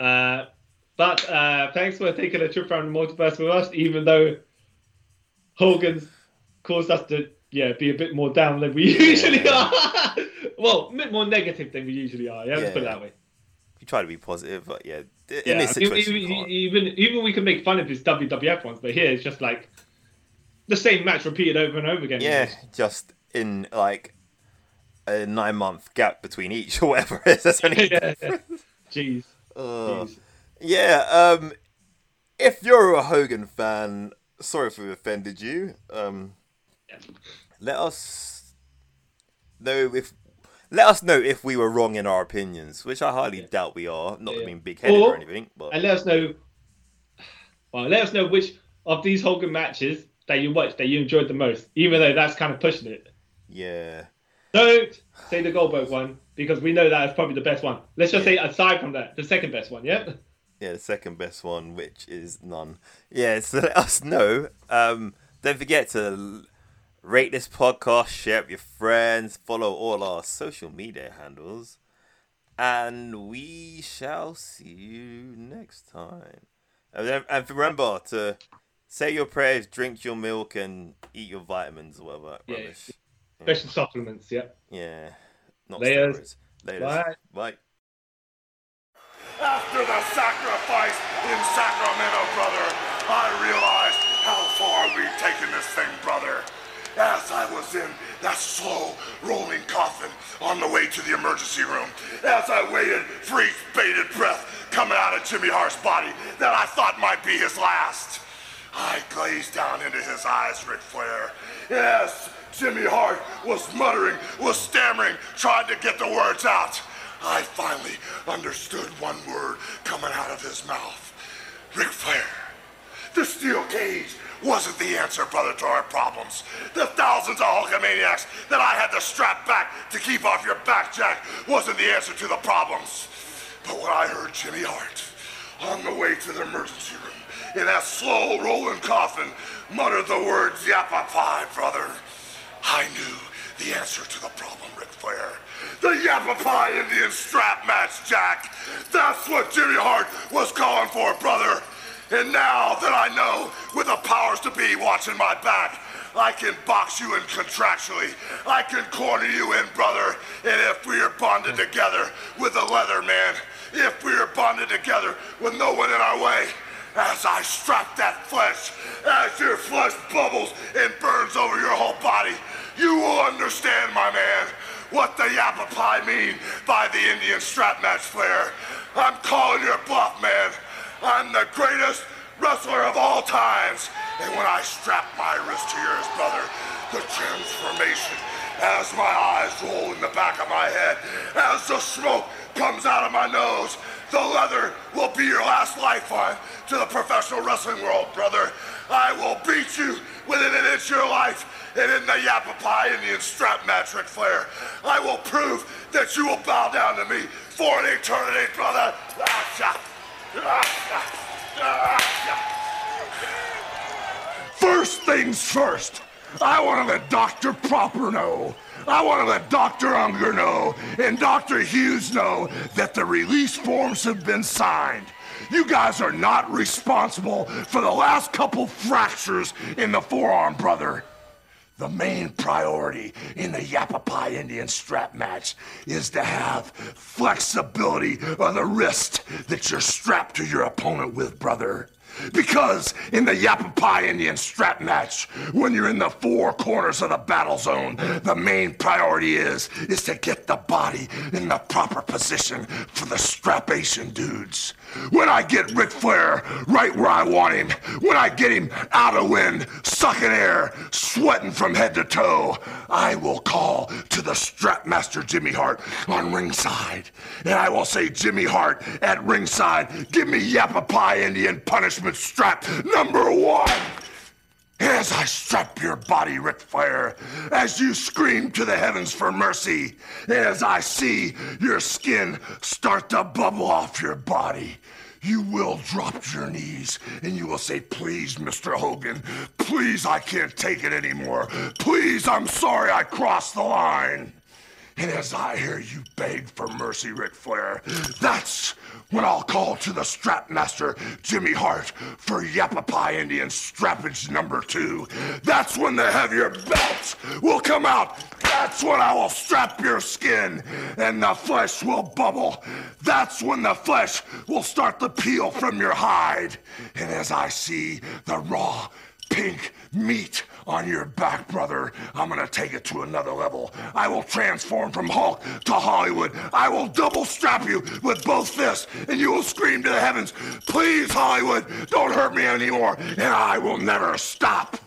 Speaker 3: Uh, but uh, thanks for taking a trip around the multiverse with us, even though Hogan's caused us to yeah be a bit more down than we *laughs* usually are. *laughs* well, a bit more negative than we usually are. Yeah, let's put it
Speaker 4: Yeah.
Speaker 3: that way.
Speaker 4: you try to be positive but yeah in
Speaker 3: Yeah,
Speaker 4: this
Speaker 3: I mean,
Speaker 4: situation you
Speaker 3: even, e-,
Speaker 4: can't.
Speaker 3: even even we can make fun of his WWF ones, but here it's just like the same match repeated over and over again.
Speaker 4: yeah just in like a nine month gap between each *laughs* or whatever it is that's only
Speaker 3: *laughs* yeah. Jeez.
Speaker 4: Ugh.
Speaker 3: Jeez.
Speaker 4: Yeah, um, if you're a Hogan fan, sorry if we offended you. Um, let us know if let us know if we were wrong in our opinions, which I highly doubt we are. Not
Speaker 3: Yeah.
Speaker 4: being big headed or,
Speaker 3: Or-
Speaker 4: anything, but
Speaker 3: and let us know. Well, let us know which of these Hogan matches that you watched that you enjoyed the most, even though that's kind of pushing it.
Speaker 4: yeah,
Speaker 3: Don't say the Goldberg one because we know that is probably the best one. Let's just say aside from that, the second best one. Yeah.
Speaker 4: yeah, the second best one, which is none. Yeah, so let us know. Um, don't forget to l- rate this podcast, share it with your friends, follow all our social media handles, and we shall see you next time. And, then- and remember to say your prayers, drink your milk, and eat your vitamins or whatever.
Speaker 3: Yeah.
Speaker 4: Rubbish.
Speaker 3: Special supplements. Yeah.
Speaker 4: Yeah. Not
Speaker 3: Layers.
Speaker 4: steroids. Layers.
Speaker 3: Bye.
Speaker 4: Bye.
Speaker 2: After the sacrifice in Sacramento, brother, I realized how far we've taken this thing, brother. As I was in that slow rolling coffin on the way to the emergency room, as I waited for each bated breath coming out of Jimmy Hart's body that I thought might be his last, I glazed down into his eyes, Ric Flair. Yes, Jimmy Hart was muttering, was stammering, trying to get the words out. I finally understood one word coming out of his mouth. Ric Flair. The steel cage wasn't the answer, brother, to our problems. The thousands of Hulkamaniacs that I had to strap back to keep off your back, Jack, wasn't the answer to the problems. But when I heard Jimmy Hart on the way to the emergency room in that slow rolling coffin mutter the words, Yappa Pie, brother, I knew the answer to the problem, Ric Flair. The Yappa Pie Indian strap match, Jack. That's what Jimmy Hart was calling for, brother. And now that I know, with the powers to be watching my back, I can box you in contractually. I can corner you in, brother. And if we are bonded together with the leather man, if we are bonded together with no one in our way, as I strap that flesh, as your flesh bubbles and burns over your whole body, you will understand, my man, what the yappa pie mean by the Indian strap match flair. I'm calling your bluff, man. I'm the greatest wrestler of all times. And when I strap my wrist to yours, brother, the transformation, as my eyes roll in the back of my head, as the smoke comes out of my nose, the leather will be your last lifeline to the professional wrestling world, brother. I will beat you within an inch of your life and in the Yappa Pie Indian strap match, Ric Flair. I will prove that you will bow down to me for an eternity, brother. Ah, yeah. Ah, yeah. Ah, yeah. First things first. I wanted a Dr. Proper know. I wanted a Dr. Unger know and Dr. Hughes know that the release forms have been signed. You guys are not responsible for the last couple fractures in the forearm, brother. The main priority in the Yavapai Indian strap match is to have flexibility on the wrist that you're strapped to your opponent with, brother. Because in the Yavapai Indian strap match, when you're in the four corners of the battle zone, the main priority is is to get the body in the proper position for the strapation dudes. When I get Ric Flair right where I want him, when I get him out of wind, sucking air, sweating from head to toe, I will call to the strap master Jimmy Hart on ringside. And I will say, Jimmy Hart at ringside, give me Yappapai Indian punishment strap number one. As I strap your body, Ric Flair, as you scream to the heavens for mercy, as I see your skin start to bubble off your body, you will drop to your knees and you will say, Please, Mr. Hogan, please, I can't take it anymore. Please, I'm sorry I crossed the line. And as I hear you beg for mercy, Ric Flair, that's when I'll call to the strap master, Jimmy Hart, for Yappapai Indian strappage number two. That's when the heavier belts will come out. That's when I will strap your skin and the flesh will bubble. That's when the flesh will start to peel from your hide. And as I see the raw, pink meat on your back, brother. I'm gonna take it to another level. I will transform from Hulk to Hollywood. I will double strap you with both fists, and you will scream to the heavens, Please, Hollywood, don't hurt me anymore, and I will never stop.